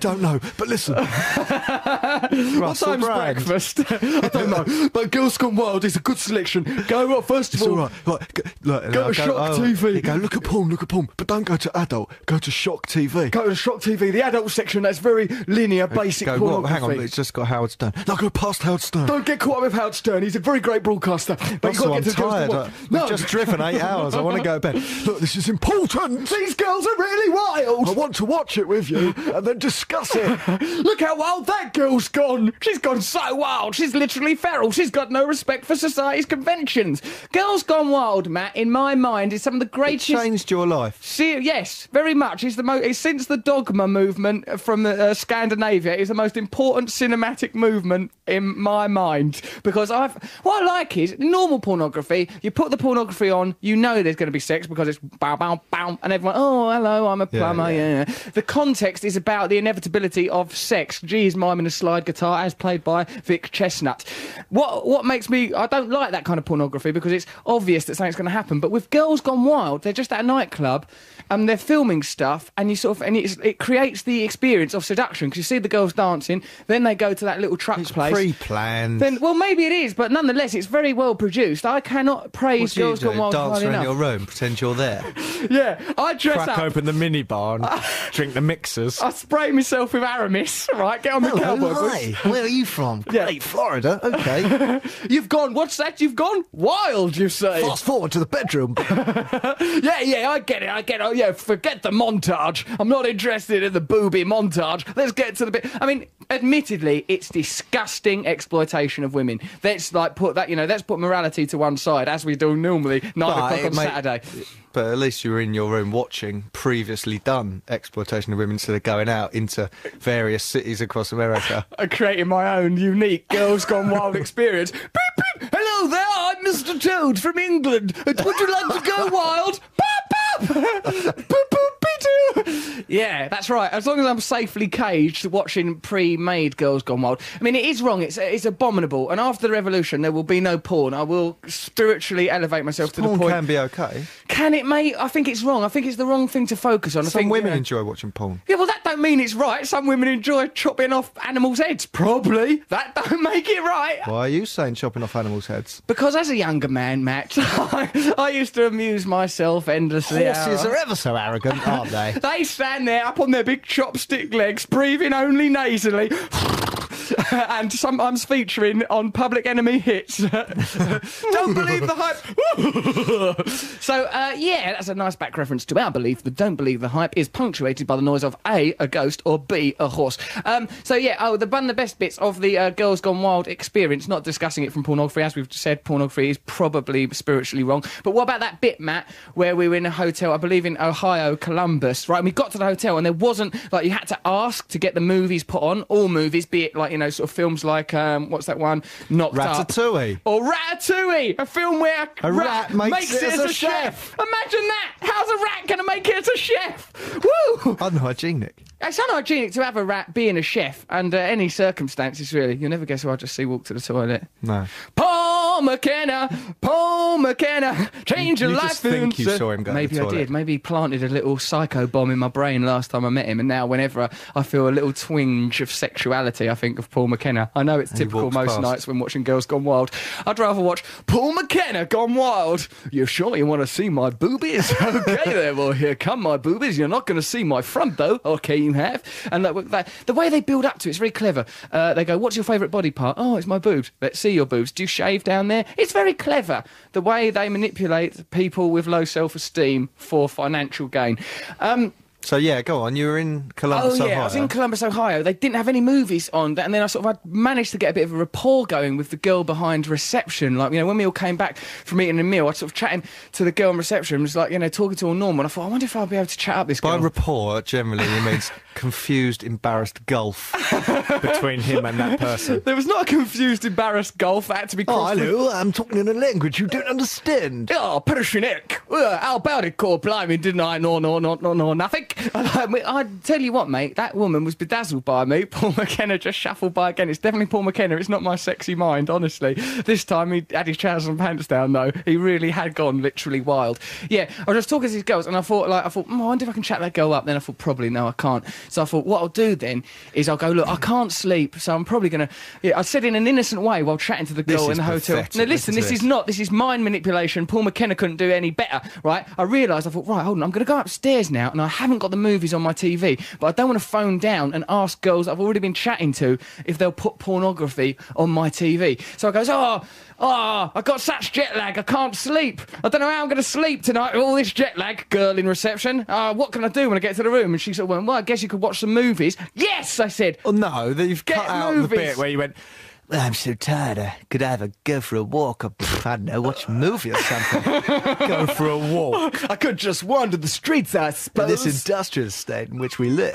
H: don't know, but listen,
B: What
C: Russell
B: time's
C: Brand.
B: breakfast?
H: I don't know, but Girls Gone Wild is a good selection.
B: Go up first
H: It's all right. Like, go, like,
C: Go
H: I'll
C: to Shock
H: oh,
C: TV.
H: you Go look at porn, look at porn, but don't go to adult. Go to Shock TV.
B: Go to Shock TV, the adult section. That's very linear, basic
C: Go, what?
B: pornography.
C: Hang on, it's just got Howard Stern.
H: No, go past Howard Stern.
B: Don't get caught up with Howard Stern. He's a very great broadcaster. But
C: Russell, I'm
B: you got to
C: tired.
B: get to
C: I-
B: the
C: I've
B: No,
C: just driven eight hours. I want to go to bed.
H: Look, this is important.
B: these girls are really wild.
H: I want to watch it with you and then discuss it.
B: Look how wild that girl's gone. She's gone so wild. She's literally feral. She's got no respect for society's conventions. Girls Gone Wild, Matt, in my mind, is some of the greatest.
C: Changed your life.
B: See, yes, very much. It's the mo- it's, since the dogma movement from uh, Scandinavia is the most important cinematic movement in my mind because I've what I like is normal pornography. You put the pornography on, you know there's going to be sex because it's bow bow bow, and everyone oh hello I'm a plumber. Yeah, yeah. The context is about the inevitability of sex. Geez, miming a slide guitar as played by Vic Chestnut. What what makes me I don't like that kind of pornography because it's obvious that something's going to happen. But with Girls Gone Wild, they're just at a nightclub and they're filming stuff, and you sort of and it's, it creates the experience of seduction because you see the girls dancing, then they go to that little truck place.
C: Pre-planned.
B: Then, well, maybe it is, but nonetheless, it's very well produced. I cannot
C: what
B: praise
C: do you
B: Girls
C: do?
B: Gone Wild
C: Dance
B: highly
C: around
B: enough.
C: your room, pretend you're there.
B: Yeah, I dress
D: Crack
B: up.
D: open the minibar and drink the mixers.
B: I spray myself with Aramis. Right, get on the cowboy boots.
C: Where are you from?
B: Yeah.
C: Great, Florida. Okay.
B: You've gone. What's that? You've gone wild. You say.
C: Fast forward to the bedroom.
B: Yeah, yeah, I get it. I get it. Yeah, forget the montage. I'm not interested in the booby montage. Let's get to the bit. I mean, admittedly, it's disgusting exploitation of women. Let's like put that. You know, let's put morality to one side as we do normally nine
C: But
B: o'clock
C: it
B: on
C: may-
B: Saturday.
C: But at least you were in your room watching previously done exploitation of women, so they're going out into various cities across America.
B: I'm creating my own unique girls gone wild experience. Beep, beep. Hello there, I'm Mr. Toad from England. Uh, Would you like to go wild? Boop, boop. Boop, boop, be-doo. Yeah, that's right. As long as I'm safely caged watching pre-made Girls Gone Wild. I mean, it is wrong. It's it's abominable. And after the revolution, there will be no porn. I will spiritually elevate myself to the
C: Porn
B: point.
C: can be okay.
B: Can it, mate? I think it's wrong. I think it's the wrong thing to focus on. I
C: Some
B: think,
C: women
B: you know-
C: enjoy watching porn.
B: yeah, well, that don't mean it's right. Some women enjoy chopping off animals' heads. Probably. That don't make it right.
C: Why are you saying chopping off animals' heads?
B: Because as a younger man, Matt, I, I used to amuse myself endlessly.
C: Horses are ever so arrogant, aren't they?
B: They stand there up on their big chopstick legs, breathing only nasally. and sometimes featuring on Public Enemy hits. Don't believe the hype. so, uh, yeah, that's a nice back reference to our belief that Don't Believe the Hype is punctuated by the noise of A, a ghost, or B, a horse. Um, so, yeah, oh, the one of the best bits of the uh, Girls Gone Wild experience, not discussing it from pornography, as we've said, pornography is probably spiritually wrong. But what about that bit, Matt, where we were in a hotel, I believe in Ohio, Columbus, right? And we got to the hotel and there wasn't, like, you had to ask to get the movies put on, all movies, be it, like, you know, sort of films like, um, what's that one? Knocked Up.
C: Ratatouille.
B: Or Ratatouille, a film where a,
C: A rat makes it as a chef.
B: Imagine that! How's a rat going to make it as a chef? Woo!
C: Unhygienic.
B: It's unhygienic to have a rat being a chef under any circumstances, really. You'll never guess who I just see walk to the toilet.
C: No.
B: Paul McKenna, Paul McKenna, change your
C: you
B: life.
C: just think you
B: in-
C: saw him go to
B: Maybe
C: the
B: I
C: toilet.
B: did. Maybe he planted a little psycho bomb in my brain last time I met him, and now whenever I, I feel a little twinge of sexuality, I think of Paul McKenna. I know it's typical
C: walks
B: most
C: past.
B: nights when watching Girls Gone Wild. I'd rather watch Paul McKenna Gone Wild. You surely want to see my boobies? okay, there. Well, here come my boobies. You're not going to see my front though. Okay, you have. And like, that, the way they build up to it's very clever. Uh, they go, "What's your favourite body part? Oh, it's my boobs. Let's see your boobs. Do you shave down there? It's very clever. The way they manipulate people with low self-esteem for financial gain. Um,
C: So yeah, go on. You were in Columbus,
B: oh, yeah,
C: Ohio.
B: I was in Columbus, Ohio. They didn't have any movies on, and then I sort of had managed to get a bit of a rapport going with the girl behind reception. Like, you know, when we all came back from eating a meal, I sort of chatting to the girl in reception, was like, you know, talking to all normal. And I thought, I wonder if I'll be able to chat up this
C: By
B: girl.
C: rapport, generally, it means confused, embarrassed gulf.
D: between him and that person.
B: there was not a confused, embarrassed gulf that had to be
C: Oh,
B: crossed. with-
H: I'm talking in a language you don't understand.
B: Oh, Pershinic. Uh, how about it, Cor Blimey? Didn't I? No, no, no, no, no, nothing. And I, mean, I tell you what, mate, that woman was bedazzled by me. Paul McKenna just shuffled by again. It's definitely Paul McKenna. It's not my sexy mind, honestly. This time he had his trousers and pants down, though. He really had gone literally wild. Yeah, I was just talking to these girls, and I thought, like, I thought, mm, I wonder if I can chat that girl up. Then I thought, probably no, I can't. So I thought, what I'll do then is I'll go, look, I can't sleep, so I'm probably gonna. Yeah, I said in an innocent way while chatting to the
C: This
B: girl in
C: is
B: the hotel.
C: pathetic.
B: No, listen,
C: Listen to
B: this
C: this.
B: is not. This is mind manipulation. Paul McKenna couldn't do any better, right? I realised, I thought, right, hold on, I'm going to go upstairs now, and I haven't got the movies on my TV, but I don't want to phone down and ask girls I've already been chatting to if they'll put pornography on my TV. So I goes, oh, oh, I've got such jet lag, I can't sleep. I don't know how I'm going to sleep tonight with all this jet lag, girl in reception. Uh, what can I do when I get to the room? And she sort of went, well, I guess you could watch some movies. Yes, I said.
C: Oh no, they've
B: Get
C: cut out
B: movies.
C: the bit
D: Bit where you went,
C: I'm so tired. Uh, could I have a go for a walk? Or, pff, I don't know, watch a movie or something.
D: Go for a walk.
C: I could just wander the streets, I suppose. this industrial state in which we live.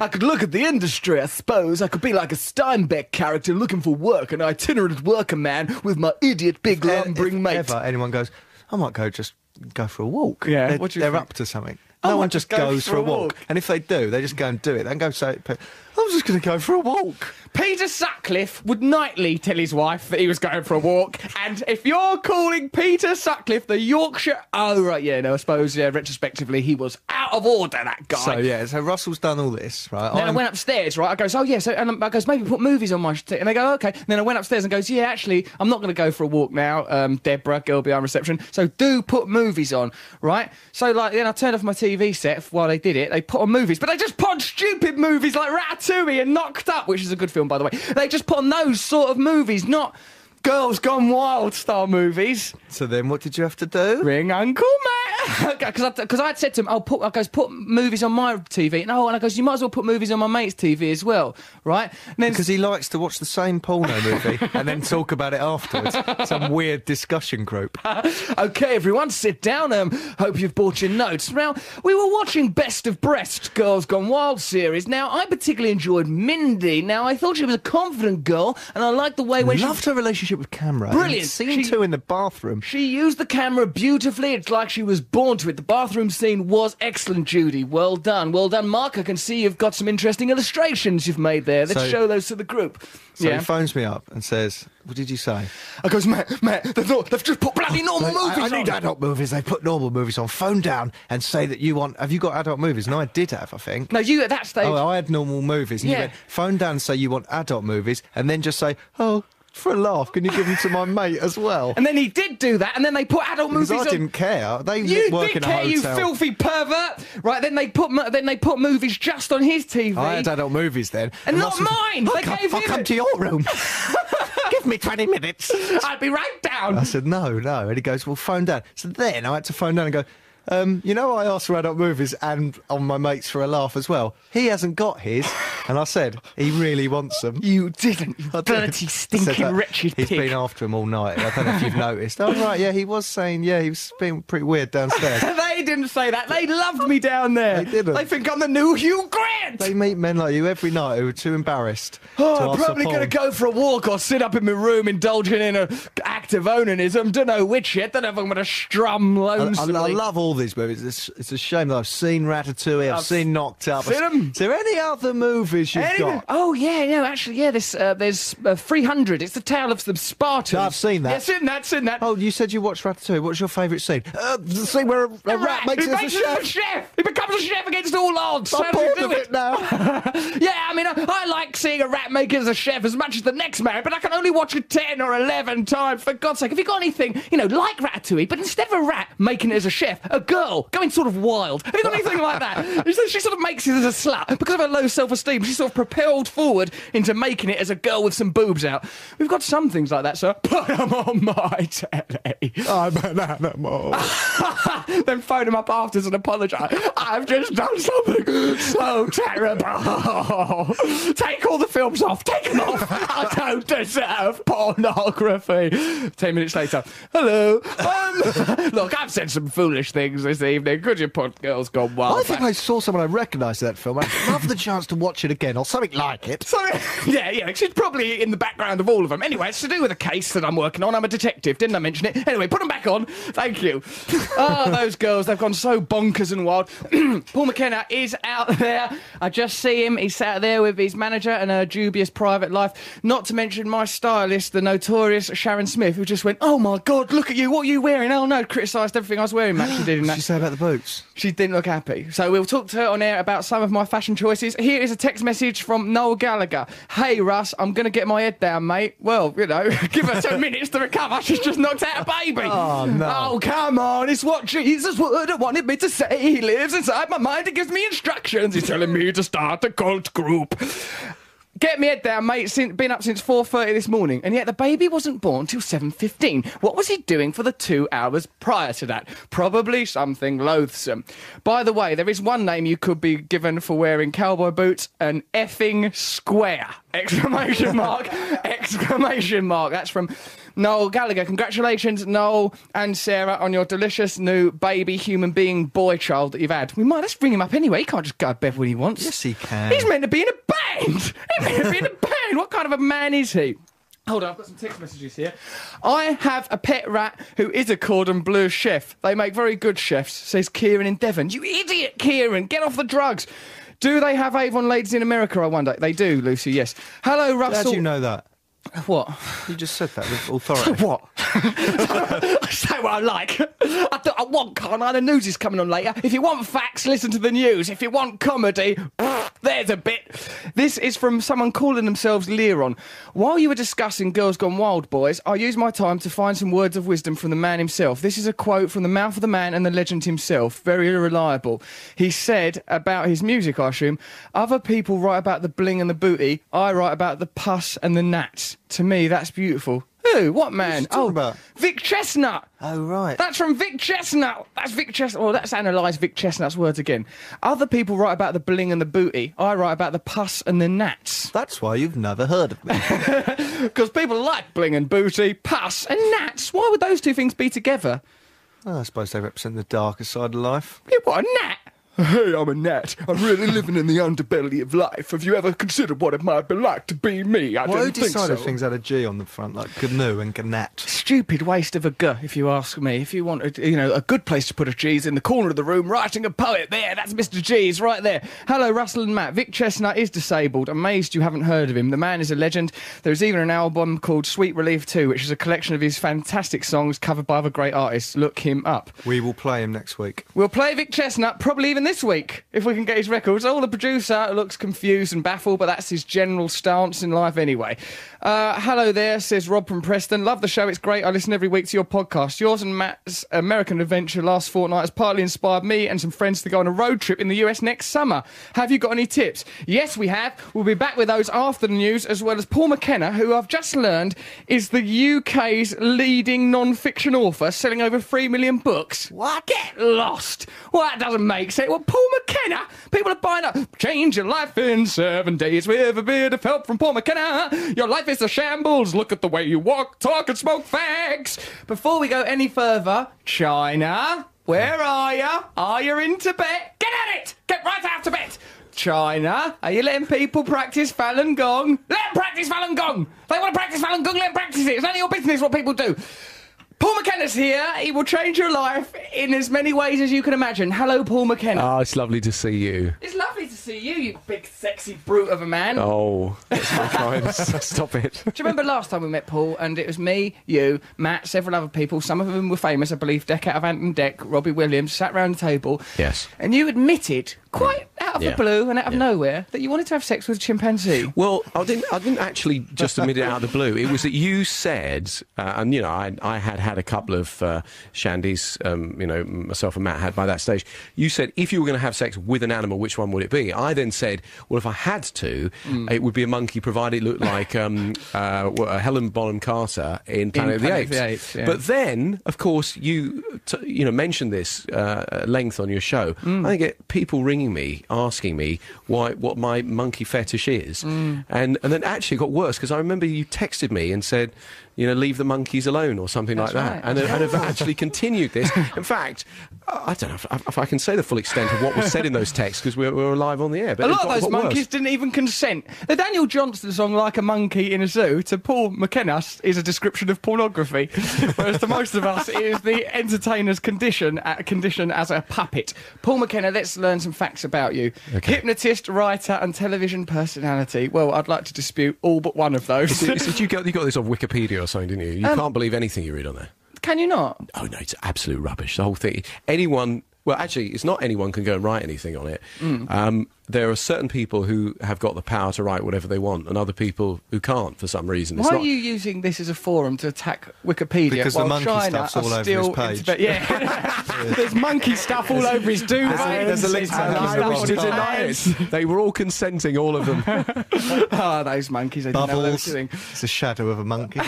I: I could look at the industry, I suppose. I could be like a Steinbeck character looking for work, an itinerant worker man with my idiot big
C: And
I: lumbering
C: if
I: mate.
C: ever anyone goes, I might go just go for a walk.
B: Yeah,
C: they're,
B: what do you
C: they're
B: think?
C: up to something.
B: I
C: No
B: might
C: one just goes for a walk.
B: walk.
C: and if they do, they just go and do it. They don't go say, "I'm just going to go for a walk."
B: Peter Sutcliffe would nightly tell his wife that he was going for a walk, and if you're calling Peter Sutcliffe the Yorkshire, oh right, yeah, no, I suppose yeah, retrospectively he was out of order that guy.
C: So yeah, so Russell's done all this, right?
B: Then I
C: I'm-
B: went upstairs, right? I goes, oh yeah, so and I goes maybe put movies on my sh- and I go okay. And then I went upstairs and goes, yeah, actually, I'm not going to go for a walk now, um, Deborah, girl behind reception. So do put movies on, right? So like then I turned off my TV set while they did it. They put on movies, but they just put on stupid movies like Ratatouille and Knocked Up, which is a good film by the way. They just put on those sort of movies, not Girls Gone Wild style movies.
C: so then, what did you have to do?
B: Ring Uncle Matt. Because I, 'cause I'd said to him, I'll put, I goes, put movies on my TV. And, oh, and I goes, you might as well put movies on my mate's TV as well, right? And then,
C: Because he likes to watch the same porno movie and then talk about it afterwards. Some weird discussion group.
B: okay, everyone, sit down. Um, hope you've bought your notes. Now, we were watching Best of Breast Girls Gone Wild series. Now, I particularly enjoyed Mindy. Now, I thought she was a confident girl, and I liked the way when she
C: Loved her relationship with camera.
B: Brilliant.
C: Scene
B: She-
C: two in the bathroom.
B: She used the camera beautifully. It's like she was born to it. The bathroom scene was excellent, Judy. Well done. Well done, Mark. I can see you've got some interesting illustrations you've made there. Let's
C: So-
B: show those to the group.
C: So
B: yeah.
C: he phones me up and says, "What did you say?"
B: I goes, Matt, Matt, they've, not, they've just put bloody normal
C: Like, I, I
B: movies
C: need
B: on.
C: adult movies. They put normal movies on. Phone down and say that you want. Have you got adult movies? No, I did have. I think.
B: No, you at that stage.
C: Oh, I had normal movies. And
B: Yeah.
C: you went, phone down and say you want adult movies, and then just say, "Oh, for a laugh, can you give them to my mate as well?"
B: and then he did do that, and then they put adult
C: Because
B: movies
C: I
B: on.
C: didn't care. They
B: You
C: work in a
B: dickhead,
C: hotel.
B: you filthy pervert! Right, then they put mo- then they put movies just on his TV.
C: I had adult movies then.
B: And not
C: Russell-
B: mine!
C: I'll
B: They
C: come,
B: gave
C: I'll
B: him
C: come
B: it.
C: to your room. Give me 20 minutes.
B: I'd be right down.
C: I said, no, no. And he goes, well, phone down. So then I had to phone down and go, um, you know, I asked for adult movies and on my mates for a laugh as well. He hasn't got his. And I said, he really wants them.
B: you didn't, you
C: I did.
B: dirty,
C: I said
B: stinking,
C: that.
B: wretched
C: He's
B: pig.
C: been after him all night. I don't know if you've noticed. Oh, right, yeah, he was saying, yeah, he was being pretty weird downstairs.
B: They didn't say that. They loved me down there.
C: They didn't.
B: They think I'm the new Hugh Grant.
C: They meet men like you every night who are too embarrassed.
B: Oh,
C: to
B: I'm
C: ask for
B: probably going to
C: porn.
B: go for a walk or sit up in my room indulging in an act of onanism. Don't know which yet. Don't know if I'm going to strum
C: I, I-
B: lonesomely.
C: I love all these movies. It's, it's a shame that I've seen Ratatouille, I've,
B: I've
C: seen Knocked Up.
B: seen 'em.
C: Is there any other movies you've
B: Anyway-
C: got?
B: Oh yeah, no, actually, yeah. This uh, there's uh, 300. It's the tale of the Spartans.
C: I've seen that.
B: Yes, in that, it's in that.
C: Oh, you said you watched Ratatouille. What's your favourite scene? Uh, the scene where a, a
B: The
C: rat, makes
B: He
C: us a
B: makes us
C: chef.
B: He becomes a chef against all odds.
C: I'm
B: How does he
C: bored
B: do
C: of it now.
B: yeah, I mean, I, I like seeing a rat make it as a chef as much as the next man, but I can only watch it 10 or 11 times. For God's sake, have you got anything, you know, like Ratatouille, but instead of a rat making it as a chef, a girl going sort of wild? Have you got anything like that? She, she sort of makes it as a slut. Because of her low self esteem, she's sort of propelled forward into making it as a girl with some boobs out. We've got some things like that, sir. Put 'em on my telly.
D: I'm an animal.
B: then phone him up afterwards and apologise. I've just done something so terrible. Take all the films off. Take them off. I don't deserve pornography. Ten minutes later, hello. Um, look, I've said some foolish things this evening. Could you put Girls Gone Wild?
C: I think
B: back?
C: I saw someone I recognised in that film. I'd love the chance to watch it again or something like it.
B: Sorry. Yeah, yeah. She's probably in the background of all of them. Anyway, it's to do with a case that I'm working on. I'm a detective. Didn't I mention it? Anyway, put them back on. Thank you. oh, those girls, they've gone so bonkers and wild. Paul McKenna is out there. I just see him. He's sat there with his manager and her dubious private life. Not to mention my stylist, the notorious Sharon Smith, who just went, Oh my God, look at you. What are you wearing? Oh no, criticised everything I was wearing, Matt. She did in
C: What
B: that.
C: did you say about the boots?
B: She didn't look happy. So we'll talk to her on air about some of my fashion choices. Here is a text message from Noel Gallagher. Hey Russ, I'm gonna get my head down, mate. Well, you know, give her ten minutes to recover. She's just knocked out a baby. Oh
C: no.
B: Oh come on, it's what Jesus would have wanted me to say. He lives inside my mind and gives me instructions. He's telling me to start a cult group. Get me head down, mate. Since, been up since 4.30 this morning, and yet the baby wasn't born till 7.15. What was he doing for the two hours prior to that? Probably something loathsome. By the way, there is one name you could be given for wearing cowboy boots, an effing square. Exclamation mark. Exclamation mark. That's from Noel Gallagher. Congratulations, Noel and Sarah, on your delicious new baby human being boy child that you've had. We might let's bring him up anyway. He can't just go to bed when he wants.
C: Yes, he can.
B: He's meant to be in a band. He's meant to be in a band. What kind of a man is he? Hold on, I've got some text messages here. I have a pet rat who is a cordon bleu chef. They make very good chefs, says Kieran in Devon. You idiot, Kieran! Get off the drugs. Do they have Avon ladies in America? I wonder. They do, Lucy. Yes. Hello,
C: How
B: Russell.
C: do you know that?
B: What?
C: You just said that with authority.
B: What? I say what I like. I, do, I want can't I? The news is coming on later. If you want facts, listen to the news. If you want comedy, there's a bit. This is from someone calling themselves Leron. While you were discussing Girls Gone Wild, boys, I used my time to find some words of wisdom from the man himself. This is a quote from the mouth of the man and the legend himself. Very reliable. He said about his music, I assume, other people write about the bling and the booty. I write about the pus and the gnats. To me, that's beautiful. Who? What man? Oh,
C: talking about?
B: Vic Chestnut.
C: Oh, right.
B: That's from Vic Chestnut. That's Vic Chestnut. Well, that's analysed Vic Chestnut's words again. Other people write about the bling and the booty. I write about the pus and the gnats.
C: That's why you've never heard of me.
B: Because people like bling and booty, pus and gnats. Why would those two things be together?
C: Oh, I suppose they represent the darker side of life.
B: Yeah, what a gnat.
I: Hey, I'm a gnat. I'm really living in the underbelly of life. Have you ever considered what it might be like to be me? I
C: Well, who
I: don't think so.
C: decided things had a G on the front, like Gnu and Gnat?
B: Stupid waste of a g, if you ask me. If you want, a, you know, a good place to put a G's in the corner of the room, writing a poet. There, that's Mr. G's right there. Hello, Russell and Matt. Vic Chestnut is disabled. Amazed you haven't heard of him. The man is a legend. There is even an album called Sweet Relief 2, which is a collection of his fantastic songs covered by other great artists. Look him up.
C: We will play him next week.
B: We'll play Vic Chestnut probably even this week if we can get his records. All the producer looks confused and baffled, but that's his general stance in life anyway. Uh, hello there, says Rob from Preston. Love the show, it's great. I listen every week to your podcast. Yours and Matt's American adventure last fortnight has partly inspired me and some friends to go on a road trip in the US next summer. Have you got any tips? Yes, we have. We'll be back with those after the news, as well as Paul McKenna, who I've just learned is the UK's leading non fiction author, selling over 3 million books. What? Get lost. Well, that doesn't make sense. Well, Paul McKenna, people are buying up. Change your life in seven days with a bit of help from Paul McKenna. Your life is a shambles. Look at the way you walk, talk, and smoke fags. Before we go any further, China, where are you? Are you in Tibet? Get at it! Get right out of Tibet! China, are you letting people practice Falun Gong? Let them practice Falun Gong! If they want to practice Falun Gong, let them practice it. It's none of your business what people do. Paul McKenna's here. He will change your life in as many ways as you can imagine. Hello, Paul McKenna.
D: Ah, it's lovely to see you.
B: it's lovely to see you, you big, sexy brute of a man.
D: Oh, that's my kind. S- Stop it.
B: Do you remember last time we met, Paul? And it was me, you, Matt, several other people. Some of them were famous, I believe. Deck out of Ant and Deck, Robbie Williams, sat round the table.
J: Yes.
B: And you admitted, quite out of
J: Yeah.
B: the blue and out of
J: Yeah.
B: nowhere, that you wanted to have sex with a chimpanzee.
J: Well, I didn't. I didn't actually just admit it out of the blue. It was that you said, uh, and you know, I, I had had a couple of uh, shandies. Um, you know, myself and Matt had by that stage. You said if you were going to have sex with an animal, which one would it be? I then said, well, if I had to,
B: Hmm.
J: it would be a monkey, provided it looked like um, uh, w- uh, Helen Bonham Carter in Planet, of, the
B: Planet of
J: Apes.
B: the Apes, yeah.
J: But then, of course, you t- you know mentioned this uh, at length on your show.
B: Mm.
J: I get people ringing me asking me why what my monkey fetish is,
B: Mm.
J: and and then actually it got worse because I remember you texted me and said, you know, leave the monkeys alone or something like
B: right.
J: that, and, and have actually continued this. In fact, I don't know if, if I can say the full extent of what was said in those texts because we were live on the air. But
B: A
J: it
B: lot of
J: got-
B: those
J: got worse.
B: monkeys didn't even consent. The Daniel Johnston song "Like a Monkey in a Zoo" to Paul McKenna is a description of pornography, whereas to most of us it is the entertainer's condition at condition as a puppet. Paul McKenna, let's learn some facts about you. Hypnotist, writer, and television personality. Well, I'd like to dispute all but one of those.
J: Did- did you, got, you got this off Wikipedia or something, didn't you? You
B: Um,
J: can't believe anything you read on there.
B: Can you not?
J: oh no, it's absolute
B: Hmm.
J: rubbish. The whole thing. Anyone, well, actually, it's not anyone can go and write anything on it. Um, there are certain people who have got the power to write whatever they want, and other people who can't for some reason. It's
B: Why
J: not-
B: are you using this as a forum to attack Wikipedia
J: Because the
B: while
J: monkey
B: China
J: stuff's
B: are
J: all over his
B: still
J: page.
B: into- yeah, there's monkey stuff all over his duvet.
D: There's a link to
B: And
D: that.
B: stuff
D: wish
B: on
D: to
B: his
D: deny
B: pants.
D: it. They were all consenting, all of them.
B: Ah, those monkeys. They didn't know what they were
C: Bubbles.
B: doing.
C: It's a shadow of a monkey.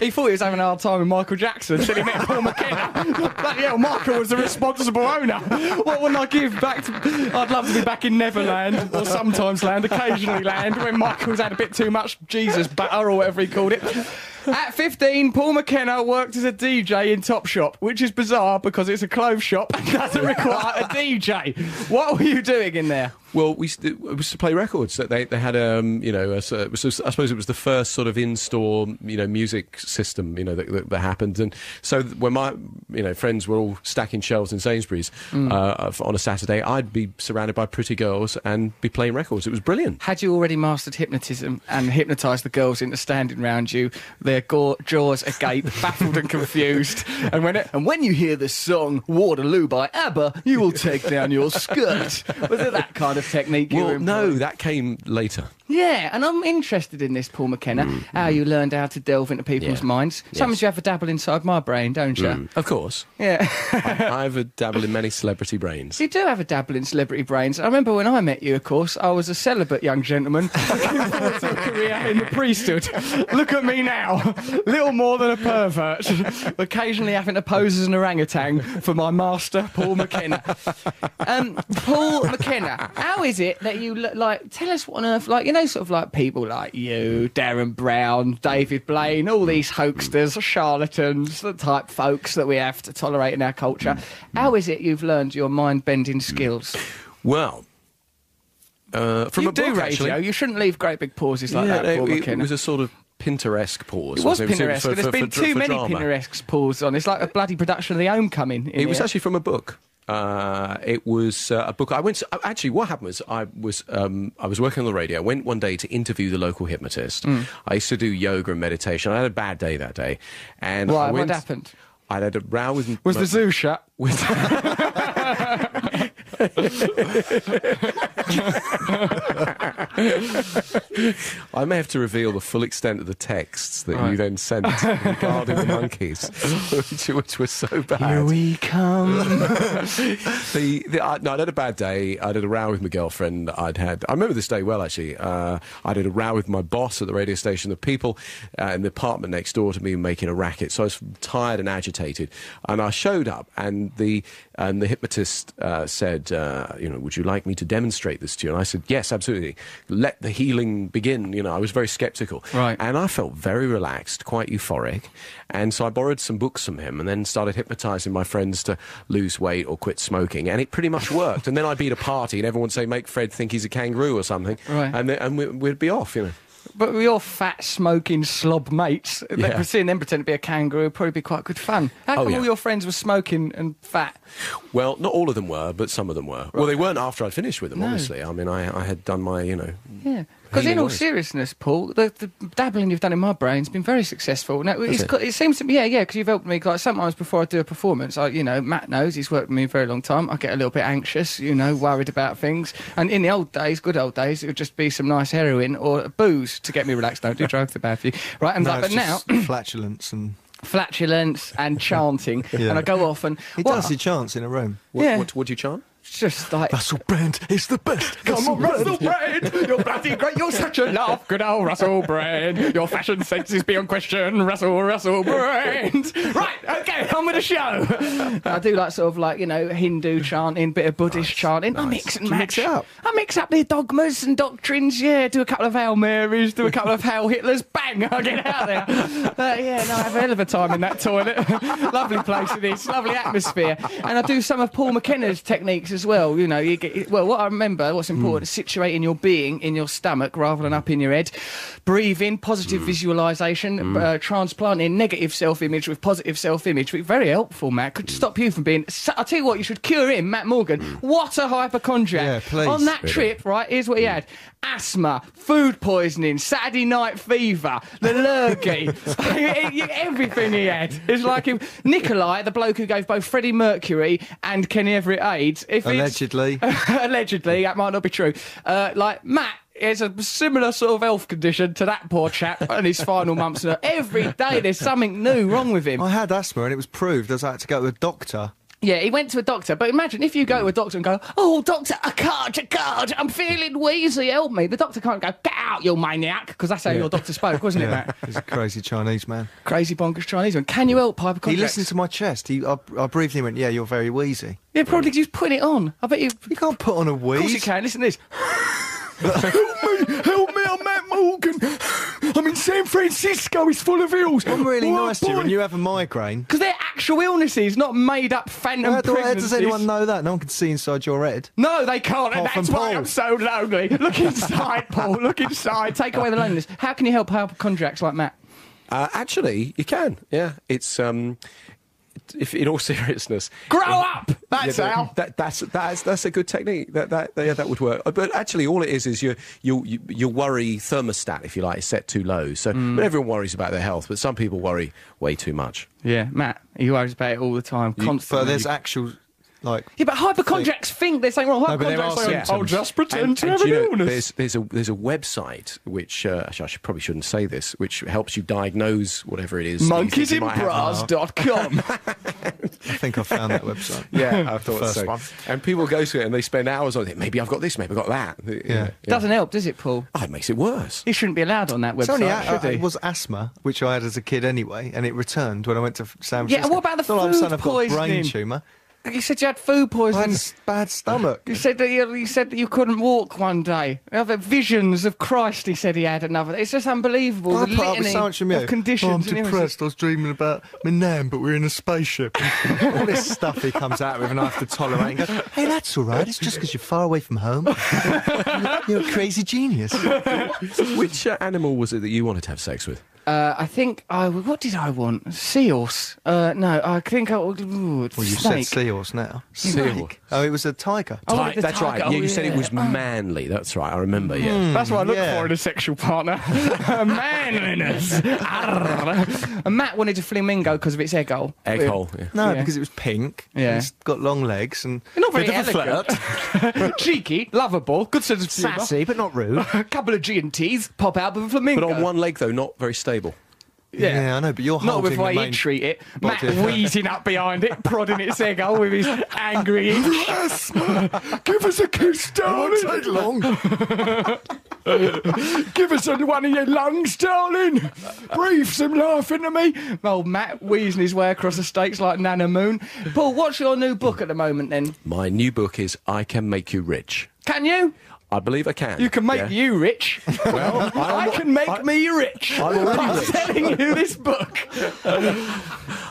B: He thought he was having a hard time with Michael Jackson until he met Paul McKenna. Bloody hell, Michael was the responsible owner. What would I give back to... I'd love to be back in Neverland, or sometimes land, occasionally land, when Michael's had a bit too much Jesus batter, or whatever he called it. At 15, Paul McKenna worked as a DJ in Top Shop, which is bizarre because it's a clothes shop and doesn't require a DJ. What were you doing in there?
J: Well, we used to, it was to play records. That they they had um you know a, so so I suppose it was the first sort of in store you know music system you know that, that, that happened. And so th- when my you know friends were all stacking shelves in Sainsbury's
B: Mm.
J: uh, f- on a Saturday, I'd be surrounded by pretty girls and be playing records. It was brilliant.
B: Had you already mastered hypnotism and hypnotised the girls into standing round you, their gore, jaws agape, baffled and confused? And when it, and when you hear the song Waterloo by ABBA, you will take down your skirt. Was it that kind of technique? you
J: Well,
B: were
J: no, that came later.
B: Yeah, and I'm interested in this, Paul McKenna. How you learned how to delve into people's
J: Mm, Yeah.
B: minds.
J: Yes.
B: Sometimes you have a dabble inside my brain, don't you?
J: Mm. Of course,
B: Yeah.
J: I, I have a dabble in many celebrity brains.
B: You do have a dabble in celebrity brains. I remember when I met you, of course, I was a celibate young gentleman looking forward to a career in the priesthood. Look at me now, little more than a pervert, occasionally having to pose as an orangutan for my master, Paul McKenna. Um, Paul McKenna, how is it that you look like? Tell us what on earth, like you know, sort of like people like you, Darren Brown, David Blaine, all these hoaxsters, charlatans, the type folks that we have to tolerate in our culture. How is it you've learned your mind bending skills?
J: Well, uh, from
B: you
J: a
B: do
J: book,
B: radio.
J: actually.
B: You shouldn't leave great big pauses like that, Paul
J: it- it,
B: McKenna.
J: was a sort of Pinteresque pause.
B: It was
J: wasn't
B: Pinterest,
J: For-
B: but there's
J: for-
B: been
J: for-
B: too
J: for
B: many
J: drama.
B: Pinterest pulls on. It's like a bloody production of The Homecoming. in
J: It was
B: here.
J: actually from a book. Uh, it was uh, a book. I went. To, uh, actually, what happened was I was um, I was working on the radio. I went one day to interview the local hypnotist.
B: Mm.
J: I used to do yoga and meditation. I had a bad day that day, and
B: Why?
J: I
B: What
J: went,
B: happened?
J: I had a row with.
B: Was
J: my-
B: the zoo shut?
J: I may have to reveal the full extent of the texts that you then sent regarding the monkeys, which, which were so bad.
B: Here we come.
J: the, the I, no, I had a bad day. I had a row with my girlfriend. I'd had. I remember this day well, actually. Uh, I did a row with my boss at the radio station. The people uh, in the apartment next door to me were making a racket, so I was tired and agitated. And I showed up, and the and the hypnotist uh, said, uh, "You know, would you like me to demonstrate this to you?" And I said, "Yes, absolutely. Let the healing begin." You know, I was very sceptical. Right. And I felt very relaxed, quite euphoric. And so I borrowed some books from him and then started hypnotizing my friends to lose weight or quit smoking. And it pretty much worked. and then I'd be at a party and everyone would say, make Fred think he's a kangaroo or something.
B: Right.
J: And, then, and we, we'd be off, you know.
B: But with your fat, smoking slob mates,
J: Yeah.
B: yeah. seeing them pretend to be a kangaroo would probably be quite good fun. How
J: Oh,
B: come
J: yeah.
B: all your friends were smoking and fat?
J: Well, not all of them were, but some of them were. Well, they weren't after I'd finished with them,
B: No.
J: obviously. I mean, I, I had done my, you know.
B: Yeah. Because in
J: Healing
B: all
J: ways.
B: seriousness, Paul, the, the dabbling you've done in my brain's been very successful. Now, it's
J: it?
B: got, it seems to me, yeah, yeah, because you've helped me. Like sometimes before I do a performance, I, you know, Matt knows he's worked with me a very long time. I get a little bit anxious, you know, worried about things. And in the old days, good old days, it would just be some nice heroin or booze to get me relaxed. Don't do drugs, they're bad for you, right? And
C: No,
B: like,
C: it's
B: but now,
C: just flatulence and
B: flatulence and chanting,
C: Yeah.
B: and I go off and
C: he
B: what-
C: does his chants in a room.
B: What- Yeah.
J: what do you chant?
B: It's just like
C: Russell Brand is the best.
B: Come on, Russell Brand, you're bloody great. You're such a laugh, good old Russell Brand. Your fashion sense is beyond question, Russell, Russell Brand. Right, okay, on with the show. I do like sort of like you know Hindu chanting, bit of Buddhist chanting. I mix and
I: Do
B: match
I: you mix it
B: up. I mix up the dogmas and doctrines. Yeah, do a couple of Hail Marys, do a couple of Hail Hitlers. Bang, I get out there. Uh, yeah, no, I have a hell of a time in that toilet. lovely place it is, lovely atmosphere. And I do some of Paul McKenna's techniques as well. You know, you get well. What I remember,
C: Hmm.
B: what's important, is situating your being in your stomach rather than up in your head. Breathing,
C: Hmm.
B: positive visualization, uh, transplanting negative self-image with positive self-image. Which very helpful, Matt.
C: Hmm.
B: Could stop you from being. So, I tell you what, you should cure him, Matt Morgan. What a hypochondriac!
C: Yeah, please.
B: On that
C: Really. Hmm.
B: trip, right, here's what he had asthma, food poisoning, Saturday night fever, the lurgy, everything he had. It's like him. Nikolai, the bloke who gave both Freddie Mercury and Kenny Everett AIDS, if if it's-
C: Allegedly.
B: allegedly, that might not be true. Uh, like Matt is a similar sort of health condition to that poor chap in his final months. And Every day there's something new wrong with him.
C: I had asthma and it was proved as I had to go to a doctor.
B: Yeah, he went to a doctor, but imagine if you go to a doctor and go, "Oh, doctor, I can't, I can't, I'm feeling wheezy, help me." The doctor can't go, "Get out, you maniac," because that's how your doctor spoke, wasn't it, Matt?
C: He's a crazy Chinese man.
B: Crazy bonkers Chinese man. Can you help, Piper?
C: He
B: Contracts?
C: listened to my chest. He, I, I breathed and he went, Yeah, you're very wheezy.
B: Yeah, probably because he's putting it on. I bet you.
C: You can't put on a
B: Of
C: wheeze.
B: course you can. Listen to this.
I: help me, help me, I'm Matt Morgan. I'm in San Francisco, it's full of ills.
C: I'm really
I: Oh,
C: nice to you
I: boy.
C: when you have a migraine.
B: Because they're actual illnesses, not made up phantom
C: How Uh, do- how
B: pregnancies.
C: does anyone know that? No one can see inside your head.
B: No, they can't, and
C: Apart
B: that's
C: from
B: why
C: Paul.
B: I'm so lonely. Look inside, Paul. Look inside. Take away the loneliness. How can you help help contracts like Matt?
J: Uh, actually, you can. Yeah, it's um, if in all seriousness,
B: Grow up. That's
J: Yeah, but
B: how.
J: That, that's that's that's a good technique. That that yeah, that would work. Uh, But actually, all it is is your your you- your worry thermostat, if you like, is set too low. So,
B: Mm.
J: but everyone worries about their health, but some people worry way too much.
B: Yeah, Matt. He worries about it all the time,
C: But
B: constantly.
C: there's actual, like,
B: yeah, but hypochondriacs think there's something wrong.
C: No, but there are
B: Hypochondriacs are like,
C: symptoms.
B: I'll just pretend
J: And-
B: to
J: and
B: have
J: do
B: an
J: you know,
B: illness.
J: There's, there's a there's a website which uh, actually, I should, probably shouldn't say this, which helps you diagnose whatever it is. that you think you might have.
I: Monkeysinbras.com.
C: I think I found that website.
J: Yeah, I thought
C: First
J: so.
C: one.
J: And people go to it and they spend hours on it. Maybe I've got this. Maybe I've got that. Yeah.
B: Doesn't help, does it, Paul?
J: Oh, it makes it worse.
B: He shouldn't be allowed on that
C: It's
B: website,
C: only a-
B: should he?
C: it was asthma, which I had as a kid anyway, and it returned when I went to f- San
B: Yeah,
C: Francisco.
B: and what about the
C: It's not like I'm
B: food
C: saying I've got a
B: poisoning?
C: brain tumour.
B: You said you had food
C: I had a
B: poisoning.
C: s- bad stomach.
B: You said that you, you said that you couldn't walk one day. Other visions of Christ. He said he had another. It's just unbelievable.
C: I
B: the
C: put up with
B: litany
C: so much from you.
B: of conditions.
H: Oh, I'm
B: and illnesses.
H: depressed. I was dreaming about my nan, but we're in a spaceship.
C: all this stuff he comes out with, and I have to tolerate. And go, hey, that's all right. It's just because you're far away from home. you're a crazy genius.
J: Which uh, animal was it that you wanted to have sex with?
B: Uh, I think I. What did I want? Seahorse. Uh, no, I think I. Ooh,
C: Well, you
B: snake.
C: said seahorse now.
J: Seal.
C: Oh, it was a tiger.
B: Oh,
J: Ti-
B: the
J: that's
B: tiger.
J: right. Yeah,
B: Oh,
J: you said it
B: yeah.
J: was manly. That's right. I remember. Yeah.
B: That's what I look
C: yeah.
B: for in a sexual partner. Manliness. Arr. and Matt wanted a flamingo because of its egg hole.
J: Egg hole. Yeah.
C: No,
B: Yeah.
C: because it was pink. and
B: Yeah.
C: It's got long legs and
B: Not very
C: bit of a
B: elegant.
C: flirt.
B: Cheeky, lovable, good sense of humour.
C: Sassy, but not rude.
B: A couple of G and T's pop out of a flamingo.
J: But on one leg though, not very stable.
C: Yeah. I know, but you're
B: Not with
C: holding
B: the way
C: the
B: he
C: main...
B: treat it. Matt
C: body of that.
B: wheezing up behind it, prodding its egg hole with his angry.
I: Give us a kiss, darling.
H: Take long.
B: Give us a- one of your lungs, darling. Breathe some life into me. Old Matt wheezing his way across the states like Nana Moon. Paul, what's your new book at the moment then?
J: My new book is I Can Make You Rich.
B: Can you?
J: I believe I can.
B: You can make
J: Yeah.
B: you rich. Well, I can make me rich.
J: I'm already rich.
B: selling you this book.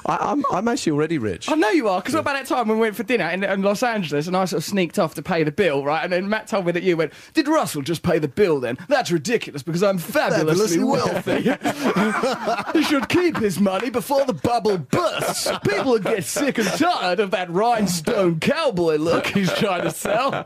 J: I, I'm, I'm actually already rich.
B: I know you are, because what about that time when we went for dinner in, in Los Angeles and I sort of sneaked off to pay the bill, right? And then Matt told me that you went, Did Russell just pay the bill then? That's ridiculous because I'm fabulously wealthy.
I: He should keep his money before the bubble bursts. People would get sick and tired of that rhinestone cowboy look he's trying to sell.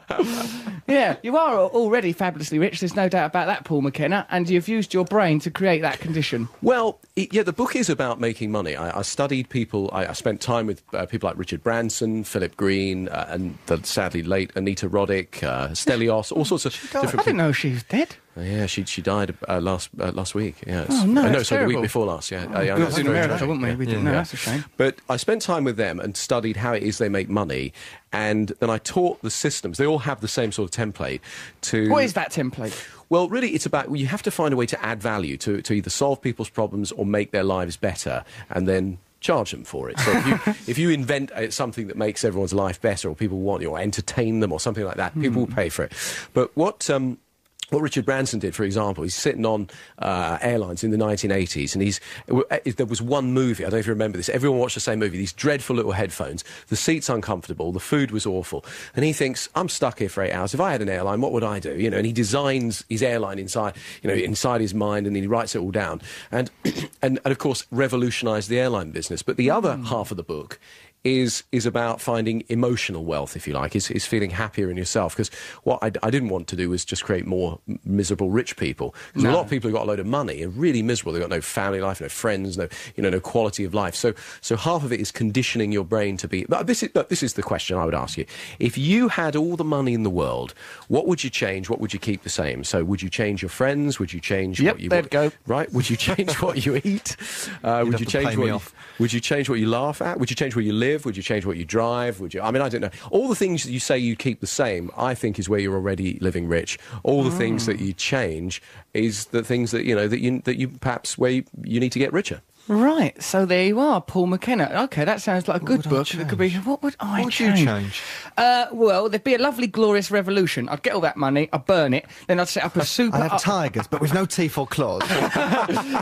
B: yeah, you are al- already fabulously rich. There's no doubt about that, Paul McKenna. And you've used your brain to create that condition.
J: Well, it, yeah, the book is about making money. I, I studied people. I, I spent time with uh, people like Richard Branson, Philip Green, uh, and the sadly late Anita Roddick, uh, Stelios, all sorts of different.
B: I didn't
J: people.
B: know she was dead.
J: Uh, Yeah, she she died uh, last uh, last week. Yeah, it's-
B: Oh, no,
J: uh, no,
B: that's
J: sorry, the
B: terrible. Oh,
J: week before last. Yeah, uh, yeah,
B: we
J: no,
B: was
J: it's
B: in
J: very
B: America,
J: tragic.
B: weren't we? We didn't know. That's a shame.
J: But I spent time with them and studied how it is they make money, and then I taught the systems. They all have the same sort of template. To
B: What is that template?
J: Well, really, it's about you have to find a way to add value to, to either solve people's problems or make their lives better, and then charge them for it. So if you, if you invent uh, something that makes everyone's life better, or people want you, or entertain them, or something like that, people will pay for it. But what. Um, what Richard Branson did, for example, he's sitting on uh, airlines in the 1980s, and he's w- uh, there was one movie. I don't know if you remember this. Everyone watched the same movie. These dreadful little headphones. The seats uncomfortable. The food was awful. And he thinks, I'm stuck here for eight hours. If I had an airline, what would I do? You know. And he designs his airline inside, you know, inside his mind, and he writes it all down. And and, and of course, revolutionised the airline business. But the other half of the book is is about finding emotional wealth, if you like, is, is feeling happier in yourself. Because what I, d- I didn't want to do was just create more m- miserable rich people. 'Cause a lot of people who got a load of money are really miserable. They've got no family life, no friends, no you know no quality of life. So so half of it is conditioning your brain to be. But this is but this is the question I would ask you: If you had all the money in the world, what would you change? What would you keep the same? So would you change your friends? Would you change
B: Yep,
J: what you
B: there
J: would,
B: we go.
J: right? Would you change what you eat? Uh,
C: You'd
J: would
C: have
J: you
C: to
J: change
C: pay
J: what
C: me
J: you,
C: off.
J: would you change what you laugh at? Would you change where you live? Would you change what you drive? Would you? I mean, I don't know. All the things that you say you keep the same, I think, is where you're already living rich. All the things
C: Mm.
J: that you change is the things that you know that you that you perhaps where you, you need to get richer.
B: Right, so there you are, Paul McKenna. Okay, that sounds like a good
C: would I
B: book. It could be. What would I
C: What would you
B: change?
C: change?
B: Uh, well, there'd be a lovely, glorious revolution. I'd get all that money, I'd burn it, then I'd set up a super. uh,
C: I have tigers, but with no teeth or claws.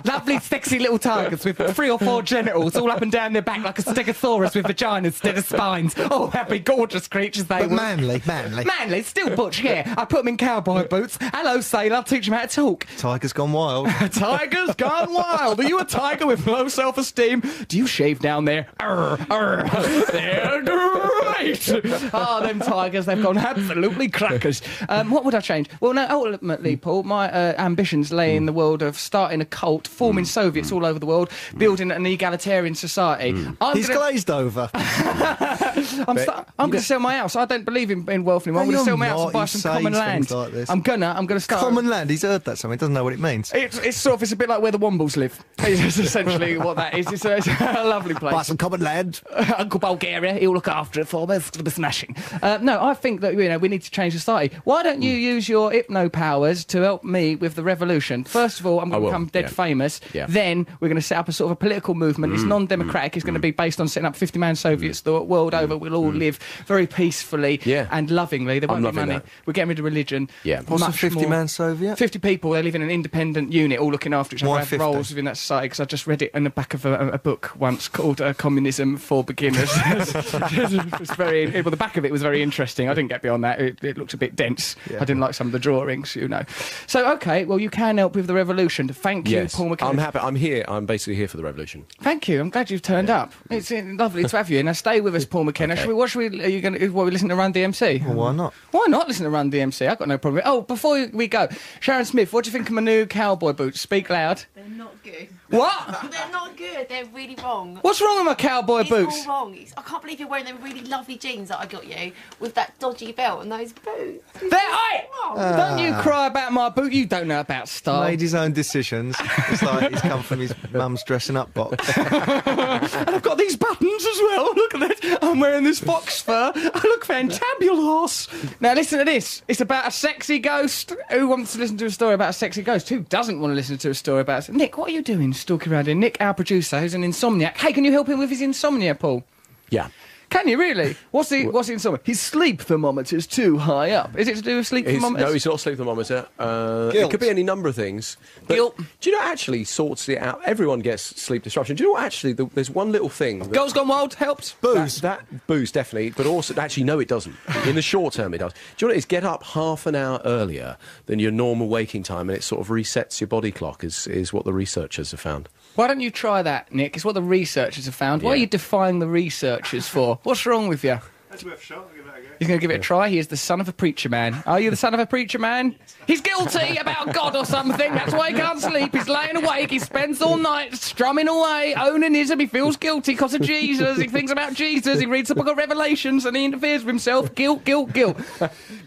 B: Lovely, sexy little targets with three or four genitals all up and down their back like a stegosaurus with vaginas instead of spines. Oh, that'd be gorgeous creatures they
C: but
B: were.
C: manly, manly.
B: Manly, still butch, yeah. I put them in cowboy boots. Hello, sailor, I'll teach them how to talk.
C: Tiger's gone wild.
B: Tiger's gone wild. Are you a tiger with low self esteem? Do you shave down there? Arr, arr. They're great. Oh, them tigers, they've gone absolutely crackers. Um, what would I change? Well, no, ultimately, Paul, my uh, ambitions lay in the world of starting a cult,
C: Mm.
B: forming Soviets all over the world, building an egalitarian society. I'm
C: Mm. He's
B: gonna-
C: glazed over.
B: I'm, sta- I'm going to sell my house. I don't believe in, in wealth anymore. I'm
C: No,
B: going to sell
C: you're
B: my house
C: not.
B: and buy
C: You
B: some
C: say
B: common
C: things
B: land.
C: like this.
B: I'm gonna. I'm gonna start.
C: Common land. He's heard that something. He doesn't know what it means.
B: It's, it's sort of it's a bit like where the Wombles live. It's essentially what that is. It's a, it's a lovely place.
C: Buy some common land.
B: Uncle Bulgaria, he'll look after it for me. It's going to be smashing. Uh, no, I think that you know we need to change society. Why don't you use your hypno powers to help me with the revolution? First of all, I'm
J: I
B: going to
J: will,
B: become dead
J: yeah.
B: famous.
J: Yeah.
B: Then we're going to set up a sort of a political movement. it's non-democratic. It's going to be based on setting up 50-man Soviets the world over. We'll all live very peacefully
J: Yeah.
B: and lovingly. There
J: I'm
B: won't be
J: loving
B: money.
J: that.
B: We're getting rid of religion.
J: Yeah.
C: What's a
B: Much more-
C: 50-man Soviet?
B: 50 people. They live in an independent unit, all looking after each other.
C: Why
B: have
C: 50?
B: roles within that society because I just read it in the back of a, a book once called uh, Communism for Beginners. it was very, well, the back of it was very interesting. I didn't get beyond that. It, it looked a bit dense.
C: Yeah.
B: I didn't like some of the drawings, you know. So, okay, well, you can help with the revolution. Thank
J: yes,
B: you, Paul McKenna.
J: I'm happy. I'm here. I'm basically here for the revolution.
B: Thank you. I'm glad you've turned up. It's uh, lovely to have you. Now, stay with us, Paul McKenna. Shall we, what should we, are you going to, what, we listen to Run DMC?
C: Well, why not?
B: Why not listen to Run DMC? I've got no problem. with- Oh, before we go, Sharon Smith, what do you think of my new cowboy boots? Speak loud.
K: They're not good.
B: What?
K: They're not good. They're really wrong.
B: What's wrong with my cowboy
K: It's
B: boots?
K: all wrong. It's- I can't believe you're wearing them really lovely jeans that I got you with that dodgy belt and those boots. It's
B: There,
K: just
B: I.
K: wrong.
B: Don't
J: Ah.
B: you cry about my boot. You don't know about style.
C: Made his own decisions. It's like he's come from his mum's dressing up box.
B: I've got these buttons as well. Look at this. I'm wearing this fox fur. I look fantabulous. Now listen to this. It's about a sexy ghost. Who wants to listen to a story about a sexy ghost? Who doesn't want to listen to a story about? Nick, what are you doing stalking around here? Nick, our producer, who's an insomniac. Hey, can you help him with his insomnia, Paul?
J: Yeah.
B: Can you really? What's the what's the insomnia? His sleep thermometer's too high up. Is it to do with sleep
J: It's-
B: thermometers?
J: no, it's not sleep thermometer. Uh,
C: Guilt.
J: It could be any number of things. But
B: Guilt.
J: Do you know it actually sorts it out? Everyone gets sleep disruption. Do you know what actually? The, there's one little thing. That,
B: Girls Gone Wild helps.
J: booze. That, that booze definitely, but also actually no, it doesn't. In the short term, it does. Do you know what it is? Get up half an hour earlier than your normal waking time, and it sort of resets your body clock. Is is what the researchers have found.
B: Why don't you try that, Nick? It's what the researchers have found. What are
J: Yeah.
B: you defying the researchers for? What's wrong with you?
I: That's worth a shot. I'll give that a go.
B: He's going to give it a try. He is the son of a preacher man. Are you the son of a preacher man? He's guilty about God or something. That's why he can't sleep. He's laying awake. He spends all night strumming away, owning his. He feels guilty because of Jesus. He thinks about Jesus. He reads the book of Revelations and he interferes with himself. Guilt, guilt, guilt.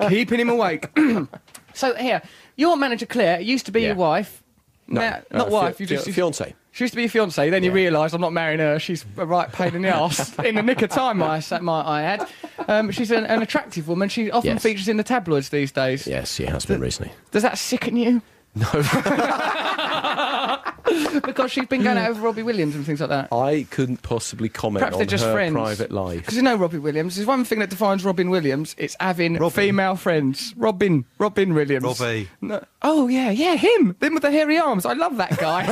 B: Keeping him awake. so, here, your manager, Claire, used to be
J: Yeah.
B: your wife. No,
J: Uh,
B: not
J: fi-
B: wife. you
J: fi-
B: just,
J: fiance.
B: she used to be your fiance. Then you
J: Yeah.
B: realised I'm not marrying her. She's a right pain in the ass. in the nick of time, I sa- my I had. Um, she's an, an attractive woman. She often
J: Yes.
B: features in the tabloids these days.
J: Yes, it has been recently.
B: Does that sicken you? No. because she's been going out with Robbie Williams and things like that.
J: I couldn't possibly comment
B: Perhaps
J: on
B: they're just
J: her
B: friends.
J: private life.
B: Because you know Robbie Williams. There's one thing that defines Robin Williams. It's having female friends. Robin. Robin Williams.
C: Robbie.
B: No. Oh yeah, yeah, him. Him with the hairy arms. I love that guy.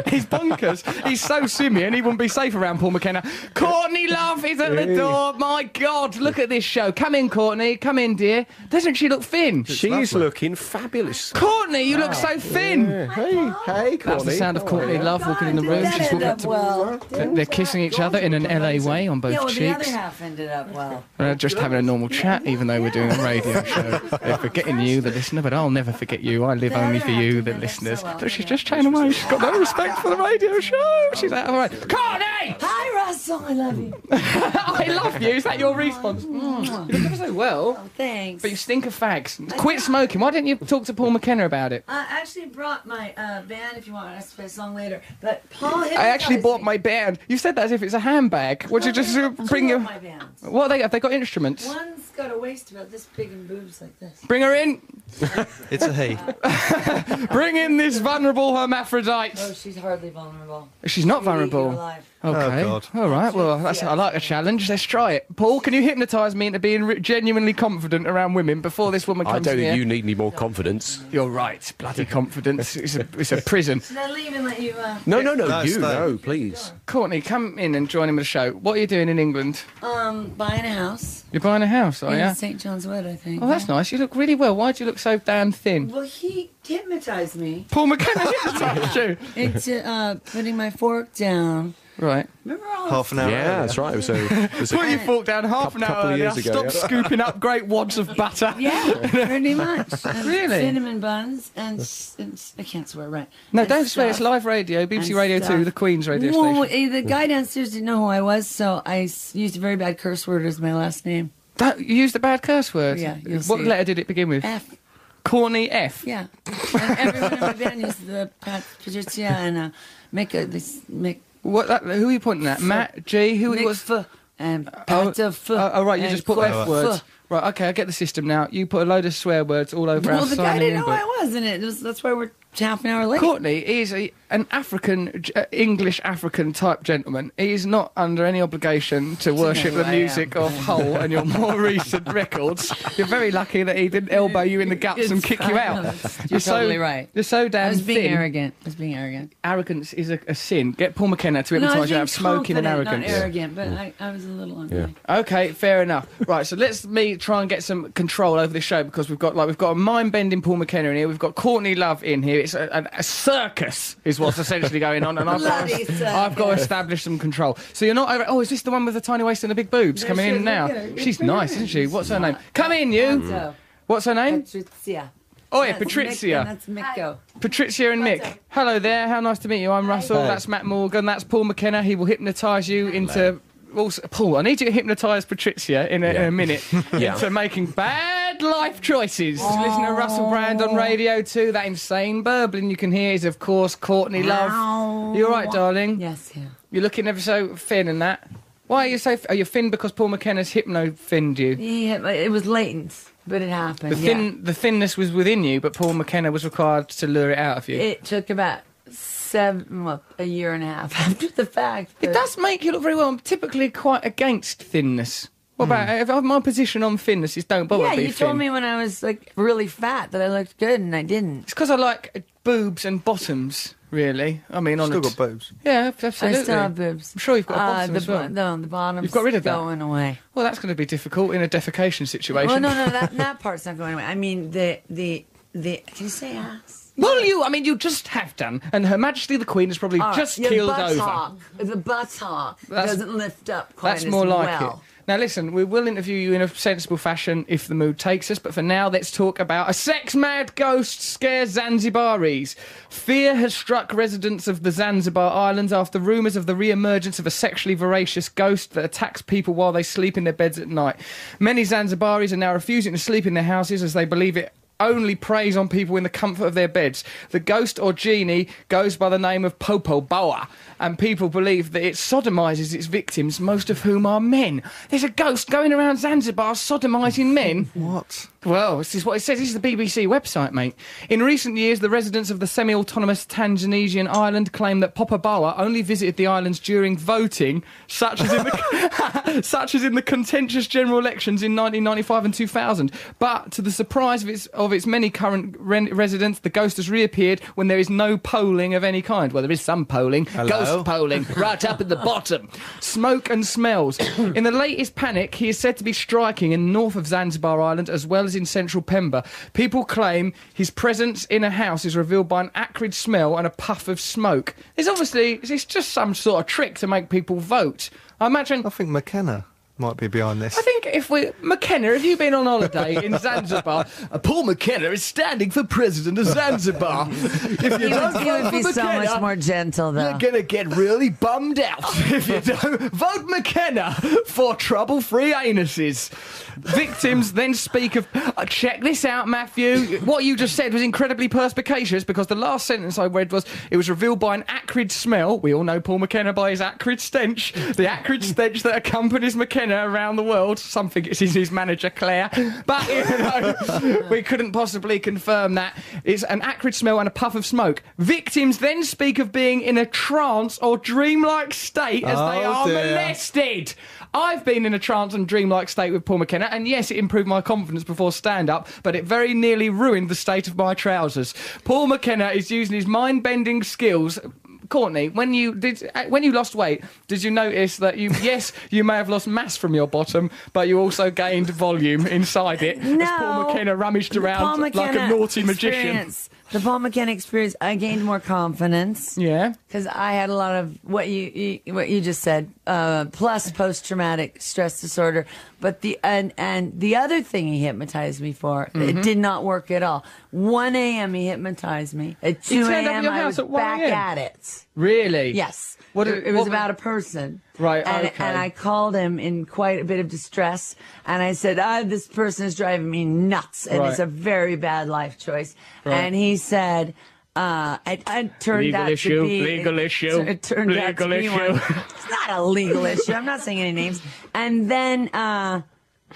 B: He's bonkers. He's so simian. He wouldn't be safe around Paul McKenna. Courtney Love is at the door. My God, look at this show. Come in, Courtney. Come in, dear. Doesn't she look thin?
J: She's looking fabulous.
B: Courtney, you look so thin.
J: Hey, hey,
B: That's the sound of Courtney They love walking in the room.
L: That
B: She's
L: ended
B: walking
L: up
B: to-
L: well.
B: They're, they're kissing each other in an LA way on both
L: yeah, well, the
B: cheeks.
L: other half ended up well.
B: Uh, just having a normal chat, even though we're doing a radio show. They're forgetting you, the listener, but I'll never forget you. I live only for you, the listeners. But she's just changed her mind. She's got no respect for the radio show. She's like, all right, Courtney!
L: Hi, Russell. I love you.
B: I love you. Is that your response? Mm. You look ever so well.
L: thanks.
B: But you stink of fags. Quit smoking. Why didn't you talk to Paul McKenna about it?
L: I actually brought my uh, band if you want us to play a song later. But Paul hypnotized
B: I actually bought
L: me.
B: my band. You said that as if it's a handbag. Would you just uh, bring
L: Two
B: your.
L: of my bands.
B: What are they? Have they got instruments?
L: One's got a waist about this big and boobs like this.
B: Bring her in.
C: It's a he.
B: Bring in this vulnerable hermaphrodite.
L: Oh, she's hardly vulnerable.
B: She's not
L: She'll eat you
B: vulnerable.
L: alive.
C: Oh,
B: Okay.
C: God.
B: All right. Well, that's, I like a challenge. Let's try it. Paul, can you hypnotise me into being re- genuinely confident around women before this woman
J: I
B: comes
J: don't
B: here?
J: think you need any more confidence.
B: You're right. Bloody confidence. It's a, it's a prison.
L: Should I leave and let you? Uh...
J: No, no, no.
B: No,
J: you,
B: stay.
J: no, please.
B: Courtney, come in and join in with the show. What are you doing in England?
L: Um, buying a house.
B: You're buying a house, are
L: in
B: you?
L: St. John's Wood, I think.
B: Oh, that's nice. You look really well. Why do you look so damn thin?
L: Well, he hypnotized me
B: Paul McKenna hypnotised you.
L: into uh, putting my fork down.
B: Right.
L: Remember all
C: Half an hour
J: Yeah,
C: earlier.
J: that's right. It was a, it was a-
B: Put your fork down half
J: Coup-
B: an hour
J: couple of
B: earlier.
J: years ago,
B: Stop
J: yeah.
B: scooping up great wads of batter.
L: Yeah, pretty much. And
B: Really?
L: Cinnamon buns and, s- and s- I can't swear right.
B: No,
L: And
B: don't swear. It's
L: stuff.
B: live radio, BBC
L: and
B: Radio
L: stuff.
B: 2, the Queen's radio
L: Whoa,
B: station.
L: eh, the guy downstairs didn't know who I was, so I s- used a very bad curse word as my last name.
B: That, you used a bad curse word.
L: Yeah, you'll
B: what
L: see.
B: letter did it begin with?
L: F.
B: Corny F.
L: Yeah, and everyone in my band used the Pat Patricia and uh, Mick. Uh, this Mick.
B: What? That, who are you pointing at? Matt G. Who
L: Mick
B: was?
L: F. And
B: Oh,
L: Pat F.
B: oh, oh, right. You
L: and
B: just put
L: Cor-
B: F words.
L: F.
B: Right. Okay. I get the system now. You put a load of swear words all over
L: Well,
B: our
L: the guy
B: signing
L: didn't
B: in
L: know
B: book.
L: I was in it. It was- That's why we're half an hour late.
B: Courtney is a, an African, J- uh, English African type gentleman. He is not under any obligation to worship
L: who
B: the
L: I am.
B: music of Hull and your more recent records. You're very lucky that he didn't elbow you in the guts and
L: It's
B: kick
L: fine.
B: you out.
L: No,
B: You're,
L: it's- you're totally
B: so,
L: right.
B: You're so damn
L: I was being
B: thin.
L: arrogant. I was being arrogant.
B: Arrogance is a, a sin. Get Paul McKenna
L: No,
B: to
L: I was
B: hypnotise you
L: being
B: out of smoking and
L: confident,
B: arrogance.
L: Not arrogant, but I, I was a little on.
B: Okay, fair enough. Right, so let's me try and get some control over this show because we've got like we've got a mind bending Paul McKenna in here, we've got Courtney Love in here. It's a, a, a circus is what's essentially going on, and I've got,
L: Bloody circus.
B: to, I've got to establish some control. So you're not over. Oh, is this the one with the tiny waist and the big boobs
L: There Mm.
B: coming
L: she
B: in
L: is,
B: now?
L: look at her.
B: She's
L: Look at
B: nice,
L: her.
B: isn't she? What's her name? Come in, you.
L: Pato.
B: What's her name?
L: Patricia.
B: Oi,
L: That's Mick-
B: Patricia.
L: and That's Miko.
B: Patricia and Mick. Hello there. How nice to meet you. I'm Russell.
L: Hey.
B: That's Matt Morgan. That's Paul McKenna. He will hypnotise you into. Also, Paul, I need you to hypnotise Patricia in a, in a minute
J: Yeah.
B: into making bad life choices.
L: Oh.
B: Listen to Russell Brand on Radio 2. That insane burbling you can hear is, of course, Courtney Love. You all right, darling?
L: Yes, yeah.
B: You're looking ever so thin and that. Why are you so... F- are you thin because Paul McKenna's hypno-thinned you?
L: He had- it was latent, but it happened.
B: The, thin, the thinness was within you, but Paul McKenna was required to lure it out of you.
L: yeah. It took about seven, well, a year and a half after the fact.
B: It does make you look very well. I'm typically quite against thinness. What about if I- my position on thinness is don't bother
L: Hmm. yeah,
B: be
L: you
B: thin.
L: told me when I was like really fat that I looked good, and I didn't.
B: It's because I like boobs and bottoms. Really, I mean, on
C: Still
B: a
C: got boobs.
B: Yeah, absolutely.
L: I still have boobs.
B: I'm sure you've got a
L: Uh,
B: bottom
L: the,
B: as well.
L: bo- No, the bottom's
B: You've got rid of that.
L: going away.
B: Well, that's going to be difficult in a defecation situation.
L: Well, Oh, no, no, that, that part's not going away. I mean, the the the. Can you say ass?
B: Well, you, I mean, you just have done, and Her Majesty the Queen has probably
L: All right,
B: just
L: your
B: keeled over.
L: buttock, The buttock
B: That's-
L: doesn't lift up quite
B: That's
L: as
B: more like
L: well.
B: it. Now, listen, we will interview you in a sensible fashion if the mood takes us, but for now, let's talk about a sex mad ghost scares Zanzibaris. Fear has struck residents of the Zanzibar Islands after rumours of the re emergence of a sexually voracious ghost that attacks people while they sleep in their beds at night. Many Zanzibaris are now refusing to sleep in their houses as they believe it only preys on people in the comfort of their beds. The ghost or genie goes by the name of Popo Boa, and people believe that it sodomizes its victims, most of whom are men. There's a ghost going around Zanzibar sodomizing men.
C: What?
B: Well, this is what it says. This is the BBC website, mate. In recent years, the residents of the semi autonomous Tanzanian island claim that Papa Boa only visited the islands during voting, such as, in the, such as in the contentious general elections in 1995 and 2000. But to the surprise of its, of its many current ren- residents, the ghost has reappeared when there is no polling of any kind. Well, there is some polling. Ghost polling, right up at the bottom. Smoke and smells. in the latest panic, he is said to be striking in north of Zanzibar Island as well as in central Pemba. People claim his presence in a house is revealed by an acrid smell and a puff of smoke. It's obviously it's just some sort of trick to make people vote. I imagine.
C: I think McKenna might be behind this.
B: I think if we McKenna, have you been on holiday in Zanzibar?
I: Uh, Paul McKenna is standing for president of Zanzibar. if
L: He
I: you
L: would, he
I: don't vote
L: would
I: for
L: be so
I: McKenna,
L: much more gentle, though.
I: You're gonna get really bummed out if you don't vote McKenna for trouble-free anuses.
B: Victims then speak of. Uh, check this out, Matthew. What you just said was incredibly perspicacious because the last sentence I read was it was revealed by an acrid smell. We all know Paul McKenna by his acrid stench, the acrid stench that accompanies McKenna around the world. Something it's in his manager, Claire. But, you know, we couldn't possibly confirm that. It's an acrid smell and a puff of smoke. Victims then speak of being in a trance or dreamlike state as they
I: Oh,
B: are
I: dear.
B: molested did. I've been in a trance and dreamlike state with Paul McKenna, and yes, it improved my confidence before stand up, but it very nearly ruined the state of my trousers. Paul McKenna is using his mind bending skills. Courtney, when you did, uh, when you lost weight, did you notice that you, yes, you may have lost mass from your bottom, but you also gained volume inside it as Paul
L: No.
B: McKenna rummaged
L: The Paul
B: around like a
L: McKenna
B: naughty magician.
L: experience. The Paul McKenna experience. I gained more confidence.
B: Yeah.
L: Because I had a lot of what you, you what you just said, uh, plus post traumatic stress disorder. But the and and the other thing he hypnotized me for,
M: Mhm.
B: Mm-hmm.
L: it did not work at all. 1 a.m. he hypnotized me. At
B: He
L: 2
B: turned up at
L: a.m.
B: your
L: I
B: house
L: was
B: at 1
L: back
B: a.m.?
L: at it.
B: Really?
L: Yes.
B: What-
L: it, it was
B: what-
L: about a person.
B: Right,
L: And,
B: okay.
L: and I called him in quite a bit of distress, and I said, ah, "This person is driving me nuts, and it's
M: Right.
L: a very bad life choice."
M: Right.
L: And he said, uh, "It, it turned
M: Legal
L: out
M: issue,
L: to be
M: legal
L: it,
M: issue,
L: It turned out to
M: legal
L: be
M: issue.
L: one. It's not a legal issue. I'm not saying any names." And then uh,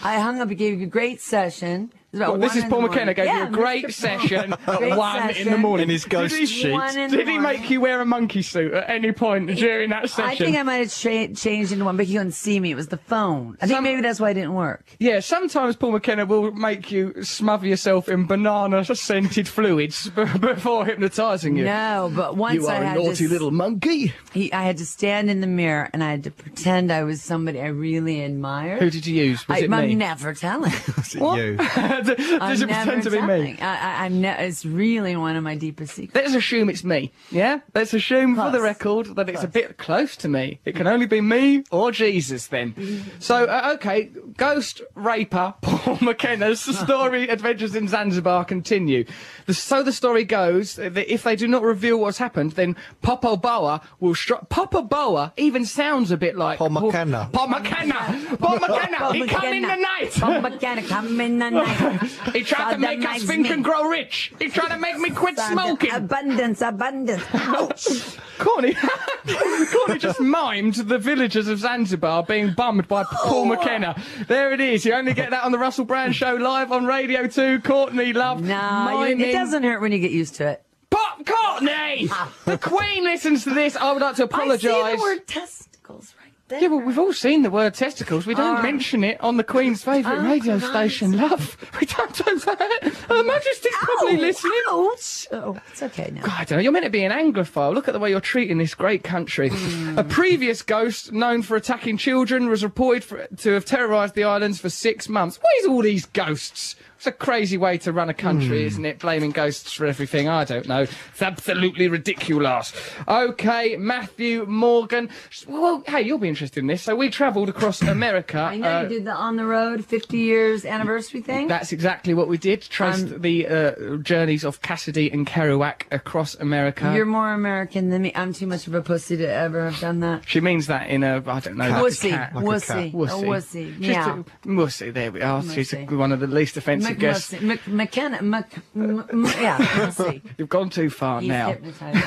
L: I hung up. He gave you a great session. It was about
B: Well,
L: Oh,
B: this
L: one
B: is
L: in
B: Paul
L: the
B: McKenna gave
L: morning.
B: you a
L: Yeah,
B: great
L: Mr. Paul.
B: session at
L: Great
B: one in the
L: session.
B: morning.
L: Did he- One in the
B: Did he
L: morning.
B: make you wear a monkey suit at any point during that session?
L: I think I might have cha- changed into one, but he couldn't see me. It was the phone. I think maybe that's why it didn't work.
B: Yeah, sometimes Paul McKenna will make you smother yourself in banana scented fluids b- before hypnotising you.
L: No, but once
B: You are
L: I
B: a
L: had
B: naughty
L: to,
B: little
L: monkey. He, I had to stand in the mirror and I had to pretend I was somebody I really admired.
B: Who did you use? Was
L: I,
B: it
L: am
B: me?
L: never telling.
C: Was
B: it you? Does
L: I'm
B: it
L: never
B: pretend to be
L: telling.
B: me?
L: I, I, I'm ne- it's really one of my deepest secrets.
B: Let's assume it's me. Yeah? Let's assume for the record that it's a bit close to me. It can only be me or Jesus then. So, uh, okay, Ghost Raper Paul McKenna's story adventures in Zanzibar continue. The, so the story goes that if they do not reveal what's happened, then Popo Boa will strike. Popo Boa even sounds a bit like. Paul
C: McKenna.
B: Paul McKenna! Paul McKenna! He come in the night!
L: Paul McKenna, come in the night.
B: He tried to make us think and grow rich. He tried to make me quit smoking.
L: Abundance, abundance. Ouch.
B: Corny, Corny just mimed the villagers of Zanzibar being bummed by
L: Oh.
B: Paul McKenna. There it is. You only get that on the Russell Brand Show live on Radio 2. Courtney Love.
L: No, you- it
B: miming-
L: doesn't hurt when you get used to it.
B: Pop Courtney! the Queen listens to this. I would like to apologise.
L: I see the word testicles right there.
B: Yeah, well, we've all seen the word testicles. We don't
L: Alright.
B: mention it on the Queen's favourite
L: Oh,
B: radio
L: Christ.
B: station, love. We don't do that. Her Majesty's probably
L: Ow,
B: listening.
L: Oh, it's okay now.
B: I don't know. You're meant to be an Anglophile. Look at the way you're treating this great country.
L: Hmm.
B: A previous ghost known for attacking children was reported for, to have terrorised the islands for six months. What is all these ghosts? It's a crazy way to run a
L: Hmm.
B: country, isn't it? Blaming ghosts for everything. I don't know. It's absolutely ridiculous. Okay, Matthew Morgan. Well, hey, you'll be interested in this. So we travelled across America.
L: I know
B: uh,
L: you did the on the road 50 years anniversary thing.
B: that's exactly what we did. Traced
L: Um,
B: the uh, journeys of Cassidy and Kerouac across America.
L: You're more American than me. I'm too much of a pussy to ever have done that.
B: She means that in a, I don't know. like a
L: Wussy.
B: cat.
L: Wussy. A wussy.
B: She's
L: Meow.
B: a- wussy, there we are. She's a-
L: Wussy.
B: one of the least offensive guests.
L: McMussy. Mc, McKenna. Mc, m, m, yeah, Mussy.
B: You've gone too far
L: He's
B: now.
L: hypnotized.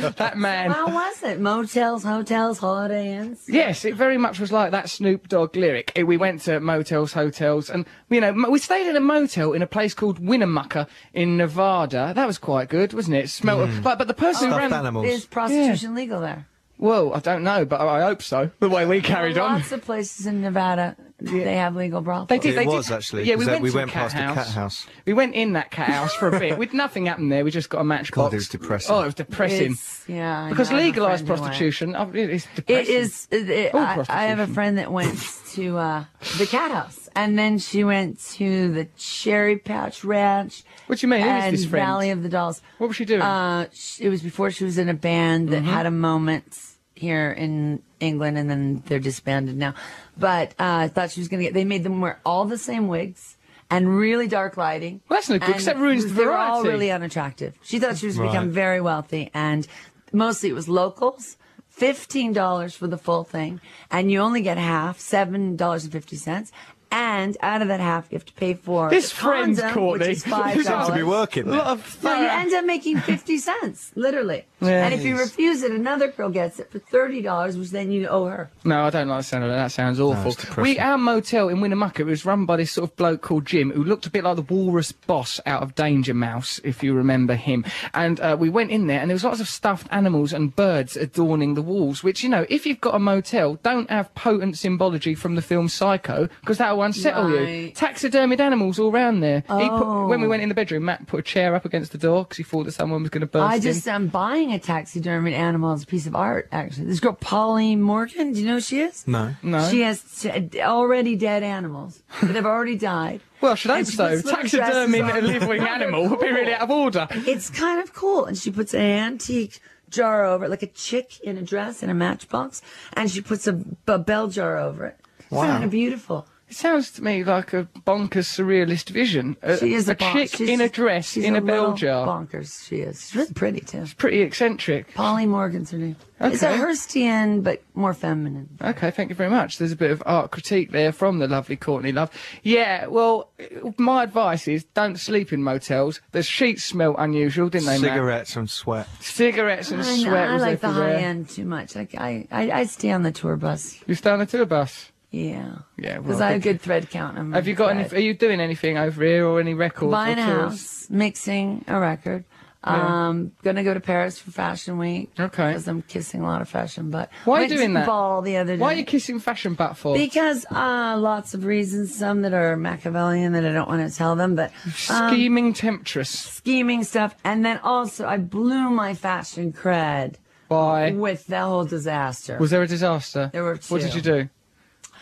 B: that, that man.
L: How was it? Motels, hotels, holiday inns?
B: Yes, it very much was like that Snoop Dogg lyric. It- we went to motels, hotels, and you know mo- we stayed in a motel in a place called Winnemucca in Nevada. That was quite good, wasn't it? Smelled like, but the person who
C: Stuffed
B: ran
C: animals.
L: Is prostitution legal there?
B: Well, I don't know, but I, I hope so. The way we carried
L: There are
B: on.
L: Lots of places in Nevada, they have legal brothels.
B: They did. they
C: it was
B: did.
C: actually.
B: Yeah,
C: 'cause
B: we
C: that-
B: went,
C: we
B: to the
C: went past the cat house.
B: We went in that cat house for a bit. With nothing happened there. We just got a matchbox.
C: God, it was depressing.
B: Oh, it was depressing.
L: It's- yeah, I
B: because
L: know, I have a
B: legalised
L: friend who went.
B: prostitution, oh, it- it's depressing.
L: It is. It, it-
B: All
L: I, I have a
B: prostitution.
L: friend that went to uh, the cat house And then she went to the Cherry Patch Ranch.
B: What you mean? Who is
L: And
B: this friend?
L: Valley of the Dolls.
B: What was she doing?
L: Uh, sh it was before she was in a band that
B: Mhm.
L: had a moment here in England, and then they're disbanded now. But uh, I thought she was going to get. They made them wear all the same wigs and really dark lighting.
B: Well, that's no good,
L: And
B: 'cause that ruins the
L: They were all
B: variety.
L: really unattractive. She thought she was
B: Right.
L: become very wealthy, and mostly it was locals. Fifteen dollars for the full thing, and you only get half, seven dollars and fifty cents. And out of that half, you have to pay for
B: This
L: the
B: friend,
L: condom,
B: Courtney.
L: which is five
C: You seem to be working there.
B: Lot of
L: no, you end up making 50 cents, literally.
B: Yeah.
L: And if you refuse it, another girl gets it for $30, which then you owe her.
B: No, I don't like the sound of that. That sounds awful.
L: it's
B: we
L: depressing.
B: our motel in Winnemucca was run by this sort of bloke called Jim, who looked a bit like the walrus boss out of Danger Mouse, if you remember him. And uh, we went in there, and there was lots of stuffed animals and birds adorning the walls. Which you know, if you've got a motel, don't have potent symbology from the film Psycho, because that will unsettle you.
I: Right.
B: Taxidermied animals all round there. He put, when we
L: Oh.
B: went in the bedroom, Matt put a chair up against the door because he thought that someone was going to burst
L: I
B: in.
L: just am buying a taxidermied animal as a piece of art, actually. This girl, Pauline Morgan, do you know who she is?
C: No.
B: No.
L: She has t- already dead animals that have already died.
B: Well, should I
L: And she
B: so?
L: puts little dresses
B: Taxiderming
L: on.
B: a living animal would be really out of order.
L: It's kind of cool. And she puts an antique jar over it, like a chick in a dress in a matchbox, and she puts a, a bell jar over it. It's
B: Wow.
L: kind of beautiful.
B: It sounds to me like a bonkers surrealist vision. A,
L: She is a bon-
B: chick
L: she's-
B: in a dress
L: she's
B: in
L: a
B: a, bell
L: little
B: jar.
L: Bonkers, she is. She's really pretty too. She's
B: pretty eccentric.
L: Polly Morgan's her name. It's a
B: Okay.
L: Hurstian, but more feminine.
B: Okay, thank you very much. There's a bit of art critique there from the lovely Courtney Love. Yeah, well, my advice is don't sleep in motels. The sheets smell unusual, didn't they, Matt?
C: Cigarettes and sweat.
B: Cigarettes and
L: I, know,
B: sweat.
L: I
B: was
L: like the high
B: everywhere.
L: end too much. Like I, I, I stay on the tour bus.
B: You stay on the tour bus?
L: Yeah.
B: Yeah,
L: Because
B: well,
L: I have a
B: good-
L: good thread count. on my
B: Have you got
L: thread.
B: any? Are you doing anything over here or any records?
L: Buying
B: or
L: a
B: tours?
L: house, mixing a record.
B: Yeah.
L: Um, gonna go to Paris for Fashion Week.
B: Okay.
L: Because I'm kissing a lot of fashion butt.
B: Why are you
L: Went to
B: doing
L: the
B: that?
L: Ball the other day.
B: Why are you kissing fashion butt for?
L: Because uh, lots of reasons, some that are Machiavellian that I don't want to tell them, but um,
B: Scheming temptress.
L: scheming stuff, and then also I blew my fashion cred
B: by
L: with the whole disaster.
B: Was there a disaster?
L: There were
B: What did
L: two.
B: you do?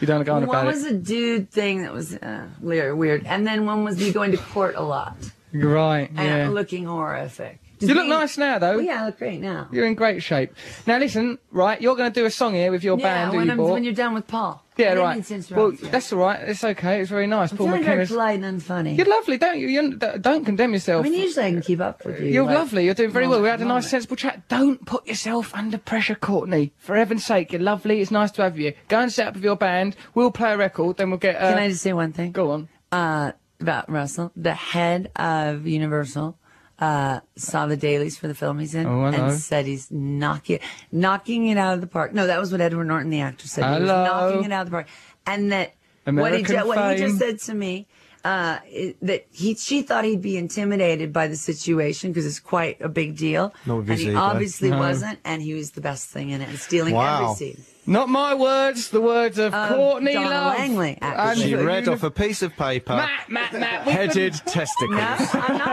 B: You don't go on
L: one
B: about
L: was
B: it.
L: a dude thing that was uh, weird, weird, and then one was me going to court a lot
B: You're right.
L: and
B: Yeah.
L: looking horrific.
B: you look nice now, though.
L: Well, yeah, I look great now.
B: You're in great shape. Now listen, right? You're going to do a song here with your
L: yeah,
B: band who
L: when,
B: you
L: I'm,
B: bought.
L: when you're done with Paul. I
B: yeah,
L: didn't mean
B: right.
L: to interrupt
B: Well,
L: you.
B: that's all right. It's okay. It's very nice.
L: I'm
B: Paul
L: feeling very
B: McKinnis.
L: polite and unfunny.
B: You're lovely, don't you? You're, don't condemn
L: I
B: yourself.
L: mean, usually I can keep up with you.
B: You're
L: like,
B: lovely. You're doing very well. We had a
L: moment
B: nice, sensible chat. Don't put yourself under pressure, Courtney. For heaven's sake, you're lovely. It's nice to have you. Go and set up with your band. We'll play a record. Then we'll get. Uh,
L: Can I just say one thing?
B: Go on.
L: Uh, about Russell, the head of Universal, uh, saw the dailies for the film he's in
B: Oh, I know.
L: and said he's knocking knocking it out of the park. No, that was what Edward Norton, the actor, said. He was
B: Hello.
L: knocking it out of the park, and that
B: American
L: what, he ju- what he
B: fame.
L: just said to me. Uh, i- that he, she thought he'd be intimidated by the situation because it's quite a big deal.
B: Not with
L: and
B: his
L: he
B: ego.
L: obviously
B: No.
L: wasn't, and he was the best thing in it, and stealing every scene.
B: Not my words, the words of
L: Of
B: Courtney
L: Donna
B: Love.
L: Um, Langley,
B: And
C: she
B: the
C: read
B: uni-
C: off a piece of paper.
B: Matt, Matt, Matt. we
C: Headed
B: couldn't-
C: testicles.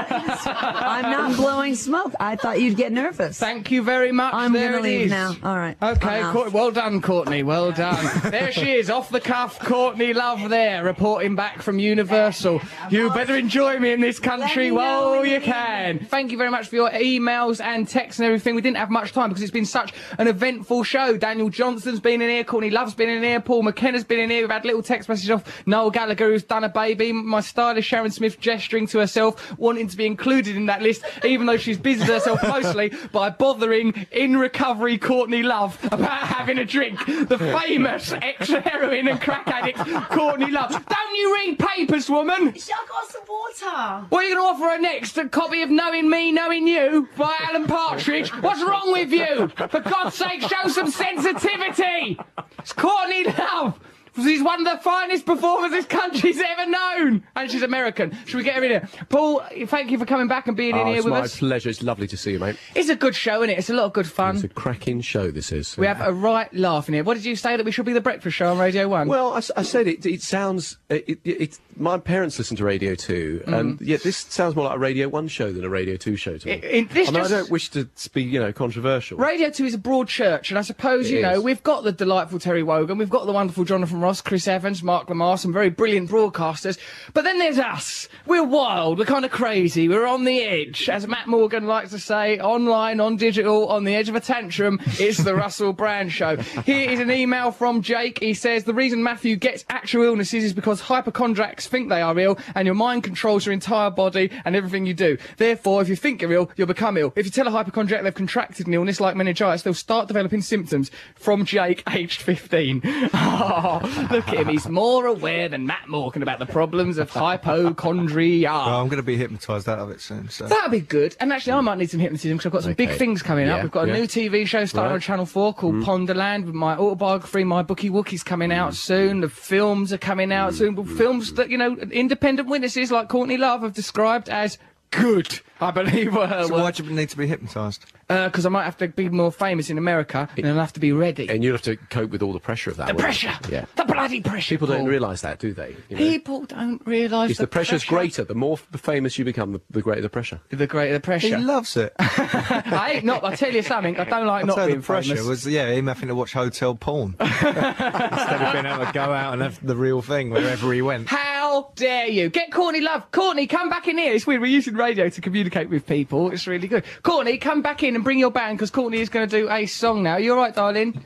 L: I'm not blowing smoke. I thought you'd get nervous.
B: Thank you very much.
L: I'm
B: There
L: gonna
B: it
L: leave
B: is.
L: now. All right.
B: Okay,
L: I'm out.
B: Court- well done, Courtney. Well done. there she is, off the cuff, Courtney Love. There, reporting back from Universal. You better enjoy me in this country
I: me know
B: while
I: when
B: you
I: you
B: can. Thank you very much for your emails and texts and everything. We didn't have much time because it's been such an eventful show. Daniel Johnson's been in here, Courtney Love's been in here, Paul McKenna's been in here. We've had little text messages off Noel Gallagher, who's done a baby. My stylist Sharon Smith gesturing to herself, wanting to be included in that list, even though she's busied herself mostly by bothering in recovery Courtney Love about having a drink. The famous ex heroin and crack addict Courtney Love. Don't you read papers, woman?
K: Shall I go have some water?
B: What are you going to offer her next? A copy of Knowing Me, Knowing You by Alan Partridge? What's wrong with you? For God's sake, show some sensitivity! It's Courtney Love! She's one of the finest performers this country's ever known! And she's American. Should we get her in here? Paul, thank you for coming back and being in
J: Oh,
B: here
J: it's
B: with
J: my
B: us.
J: pleasure. It's lovely to see you, mate.
B: It's a good show, isn't it? It's a lot of good fun.
J: It's a cracking show. This is.
B: We have a right laugh in here. What did you say that we should be the breakfast show on Radio 1?
J: Well, I, s- I said it. It sounds. It, it, it my parents listen to Radio 2,
B: Mm.
J: and yet this sounds more like a Radio 1 show than a Radio 2 show to me.
B: It- it- this
J: I, mean,
B: just-
J: I don't wish to be, you know, controversial.
B: Radio 2 is a broad church, and I suppose,
J: It
B: you know,
J: is.
B: we've got the delightful Terry Wogan, we've got the wonderful Jonathan Ross, Chris Evans, Mark Lamar, some very brilliant broadcasters. But then there's us. We're wild, we're kind of crazy, we're on the edge. As Matt Morgan likes to say, online, on digital, on the edge of a tantrum, it's the Russell Brand Show. Here is an email from Jake. He says, The reason Matthew gets actual illnesses is because hypochondriacs think they are ill, and your mind controls your entire body and everything you do. Therefore, if you think you're ill, you'll become ill. If you tell a hypochondriac they've contracted an illness like meningitis, they'll start developing symptoms. From Jake, aged 15. Oh, look at him. He's more aware than Matt Morgan about the problems of hypochondria.
C: I'm going to be hypnotised out of it soon. So.
B: That'd be good. And actually, I might need some hypnotism because I've got some big
C: Okay.
B: things coming up.
C: Yeah,
B: We've got a
C: yeah.
B: new TV show starting
C: Right.
B: on Channel 4 called
C: Mm.
B: Ponderland with my autobiography, my bookie Wookie's coming out soon. The films are coming
C: Mm.
B: out soon. But Films that, you know, independent witnesses like Courtney Love have described as good. I believe were her
C: So why do you need to be hypnotised?
B: Because I might have to be more famous in America and I'll have to be ready.
J: And you'll have to cope with all the pressure of that.
B: The
J: won't you?
B: pressure! Oh.
J: Yeah.
B: The bloody pressure.
J: People don't
B: Paul.
J: realise that, do they? You know?
B: People don't realise
J: If the, pressure's greater, the more f- famous you become, the, the greater the pressure.
B: The greater the pressure.
C: He loves it.
B: I ain't not. I tell you something. I don't like
C: I'll
B: not
C: tell you
B: being
C: the pressure
B: famous.
C: was yeah him having to watch hotel porn instead of being able to go out and have the real thing wherever he went.
B: How dare you? Get Courtney Love. Courtney, come back in here. It's weird. We're using radio to communicate with people. It's really good. Courtney, come back in and bring your band because Courtney is going to do a song now. You all right, darling?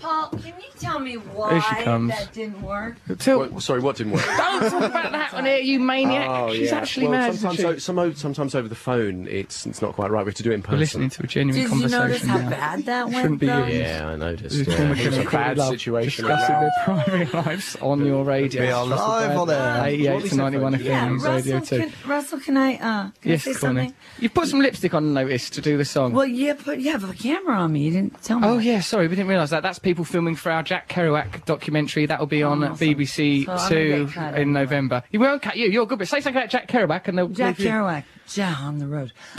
L: Paul, can you tell me
B: Here she
L: why
B: comes.
L: that didn't work?
J: What- sorry, what didn't work?
B: Oh. Don't talk about that on here, you maniac.
J: Oh,
B: She's
J: yeah.
B: actually
J: well,
B: mad. isn't
J: Sometimes,
B: she?
J: o- some o- sometimes over the phone, it's it's not quite right. We have to do it in person.
B: listening to a genuine
L: Did you notice how bad that went?
B: Shouldn't be
L: though?
B: you.
J: Yeah, I noticed.
B: It's
J: Yeah.
B: Courtney
J: It was a
B: Courtney
J: bad
B: Love
J: situation.
B: Discussing their private lives on your radio.
C: We are
B: Russell
C: live
B: Brand,
C: on air.
B: 88
C: What
B: to
C: is
B: 91
C: that?
B: FM,
C: Yeah,
B: radio
L: Russell,
B: 2.
L: can, Russell, can I uh, can
B: yes,
L: I say
B: Courtney.
L: something?
B: You've put some lipstick on, I noticed, to do the song.
L: Well, you put you have a camera on me. You didn't tell me.
B: Oh yeah, sorry, we didn't realise that. That's people filming for our Jack Kerouac documentary. That will be on uh
L: Oh, Awesome.
B: BBC
L: So I'm gonna
B: Two
L: get cut
B: in November. You won't cut you. You're good, but say something about Jack Kerouac and they'll
L: Jack
B: leave you-
L: Kerouac. Yeah, on the road. Uh,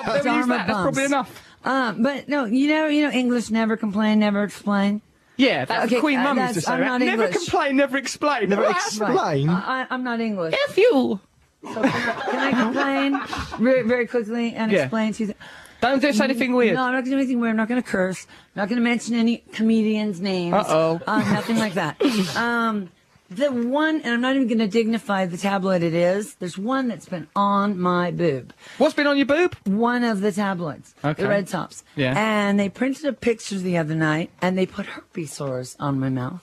B: They'll use
L: Dharma
B: that. That's probably
L: bumps.
B: enough.
L: Um, but no, you know, you know, English never complain, never explain.
B: Yeah, that's
L: Okay,
B: Queen
L: uh,
B: Mum used to
L: that's-
B: say
L: I'm
B: that.
L: not
B: never
L: English.
B: complain, never explain. What happened?
L: I, I'm not English.
B: F you.
L: Can I complain very, very quickly and
B: Yeah.
L: explain to you? That,
B: Don't do say anything weird.
L: No, I'm not going to do anything weird. I'm not going to curse. I'm not going to mention any comedians' names.
B: Uh-oh.
L: Um, nothing like that. Um, the one, and I'm not even going to dignify the tabloid it is. There's one that's been on my boob.
B: What's been on your boob?
L: One of the tabloids.
B: Okay.
L: The Red Tops.
B: Yeah.
L: And they printed a picture the other night, and they put herpes sores on my mouth.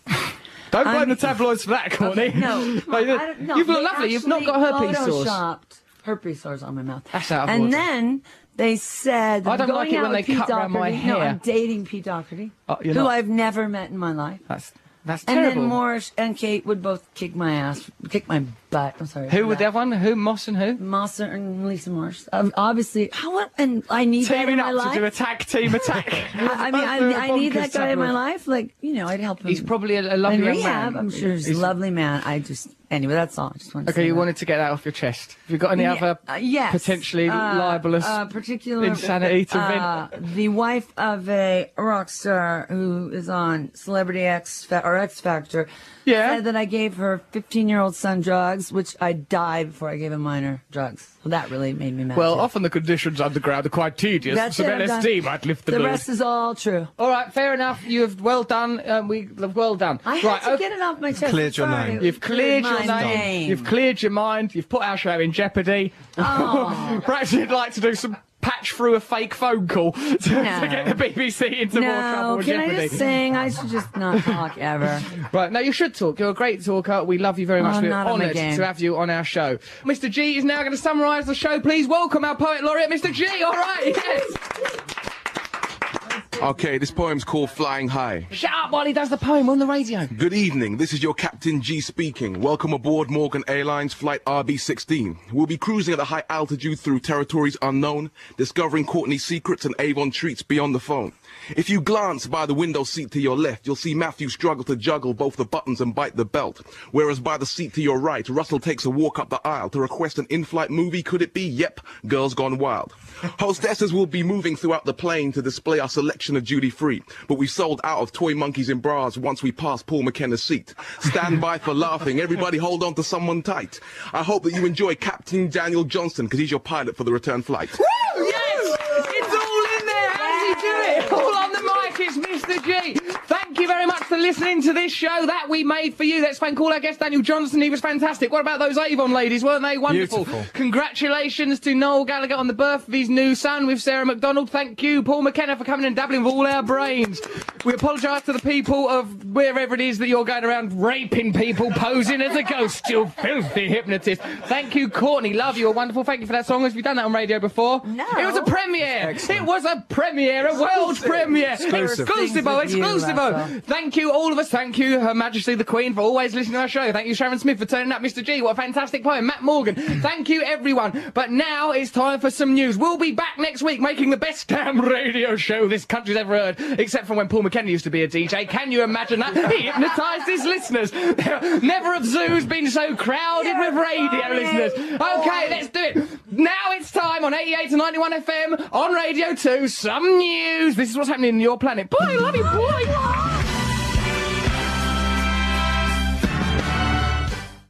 B: Don't blame
L: I'm-
B: the tabloids for that, Courtney.
L: No,
B: Like,
L: I don't, no
B: You've
L: they
B: looked lovely. You've not got
L: actually
B: herpes sauce.
L: photoshopped herpes sores on my mouth.
B: That's out of
L: And
B: order.
L: then they said,
B: I don't
L: "I'm going
B: like it when
L: out with
B: they
L: Pete
B: cut round my
L: Doherty." No,
B: hair.
L: I'm dating Pete Doherty,
B: Oh, you're
L: who
B: not-
L: I've never met in my life.
B: That's that's
L: and
B: terrible.
L: then Morris and Kate would both kick my ass, kick my butt. I'm sorry.
B: Who would that one? Who Moss and who?
L: Moss and Lisa Morris. Um, obviously, how and I need that in
B: Teaming
L: my
B: up
L: life.
B: to do a tag team attack.
L: I I mean,
B: That's
L: I,
B: a
L: I need that
B: bonkers
L: guy in my
B: tabloid.
L: life. Like, you know, I'd help him.
B: He's probably a, a lovely
L: in
B: young
L: rehab.
B: man.
L: I'm sure he's,
B: He's-
L: a lovely man. I just anyway, that's all. I just wanted to
B: Okay,
L: say
B: you
L: that.
B: wanted to get that off your chest. Have you got any
L: Yeah,
B: other
L: uh, yes.
B: potentially
L: Uh,
B: libelous
L: uh, particular
B: insanity to
L: uh, The wife of a rock star who is on Celebrity X Fa- or X Factor.
B: Yeah.
L: Said that I gave her 15 year old son drugs, which I died before I gave a minor drugs. Well, that really made me mad.
B: vent? Well,
L: too.
B: often the conditions underground are quite tedious.
L: That's
B: Some
L: it, I'm done.
B: LSD might lift the,
L: the
B: mood.
L: rest is all true.
B: All right, fair enough. You have well done. Um, we well done.
L: I
B: right,
L: had to
B: okay.
L: get it off my chest.
C: Cleared your
L: Sorry.
C: name.
B: You've cleared your
L: My
B: name. You've cleared your mind. You've put our show in jeopardy.
L: Oh.
B: Perhaps you'd like to do some patch through a fake phone call to, to
L: No.
B: get the BBC into more trouble
L: No,
B: and
L: can I
B: jeopardy.
L: just sing? I should just not talk ever.
B: Right, no, you should talk. You're a great talker. We love you very much.
L: I'm
B: We're
L: not on my
B: honoured
L: game.
B: to have you on our show. Mr. G is now going to summarise the show. Please welcome our poet laureate, Mr. G. All right, yes.
M: Okay, this poem's called Flying High.
B: Shut up while he does the poem on the radio.
M: Good evening, this is your Captain G speaking. Welcome aboard Morgan Airlines Flight RB16. We'll be cruising at a high altitude through territories unknown, discovering Courtney's secrets and Avon treats beyond the phone. If you glance by the window seat to your left, you'll see Matthew struggle to juggle both the buttons and bite the belt. Whereas by the seat to your right, Russell takes a walk up the aisle to request an in-flight movie. Could it be? Yep, Girls Gone Wild. Hostesses will be moving throughout the plane to display our selection section of duty free, but we sold out of toy monkeys in bras once we passed Paul McKenna's seat. Stand by for laughing. Everybody hold on to someone tight. I hope that you enjoy Captain Daniel Johnston because he's your pilot for the return flight.
B: Yes! It's all in there. How does he do it? All on the mic. It's Mr. G. Thank you very much for listening to this show that we made for you. Let's thank all our guest Daniel Johnson. He was fantastic. What about those Avon ladies? Weren't they wonderful?
I: Beautiful.
B: Congratulations to Noel Gallagher on the birth of his new son with Sarah McDonald. Thank you, Paul McKenna, for coming and dabbling with all our brains. We apologise to the people of wherever it is that you're going around raping people, posing as a ghost, you filthy hypnotist. Thank you, Courtney. Love you. You're wonderful. Thank you for that song. Have you done that on radio before? No. It was a premiere. It was a premiere, a world
I: Exclusive.
B: premiere.
I: Exclusive.
B: Exclusivo,
I: Things with you,
B: exclusivo.
I: Russell.
B: oh. Thank you, all of us. Thank you, Her Majesty the Queen, for always listening to our show. Thank you, Sharon Smith, for turning up. Mr. G, what a fantastic poem. Matt Morgan, thank you, everyone. But now it's time for some news. We'll be back next week making the best damn radio show this country's ever heard, except for when Paul McKenna used to be a DJ. Can you imagine that? He hypnotised his listeners. Never have zoos been so crowded with radio listeners. Okay, let's do it. Now it's time on 88 to 91 FM on Radio 2, some news. This is what's happening in your planet. Bye, love you, boy.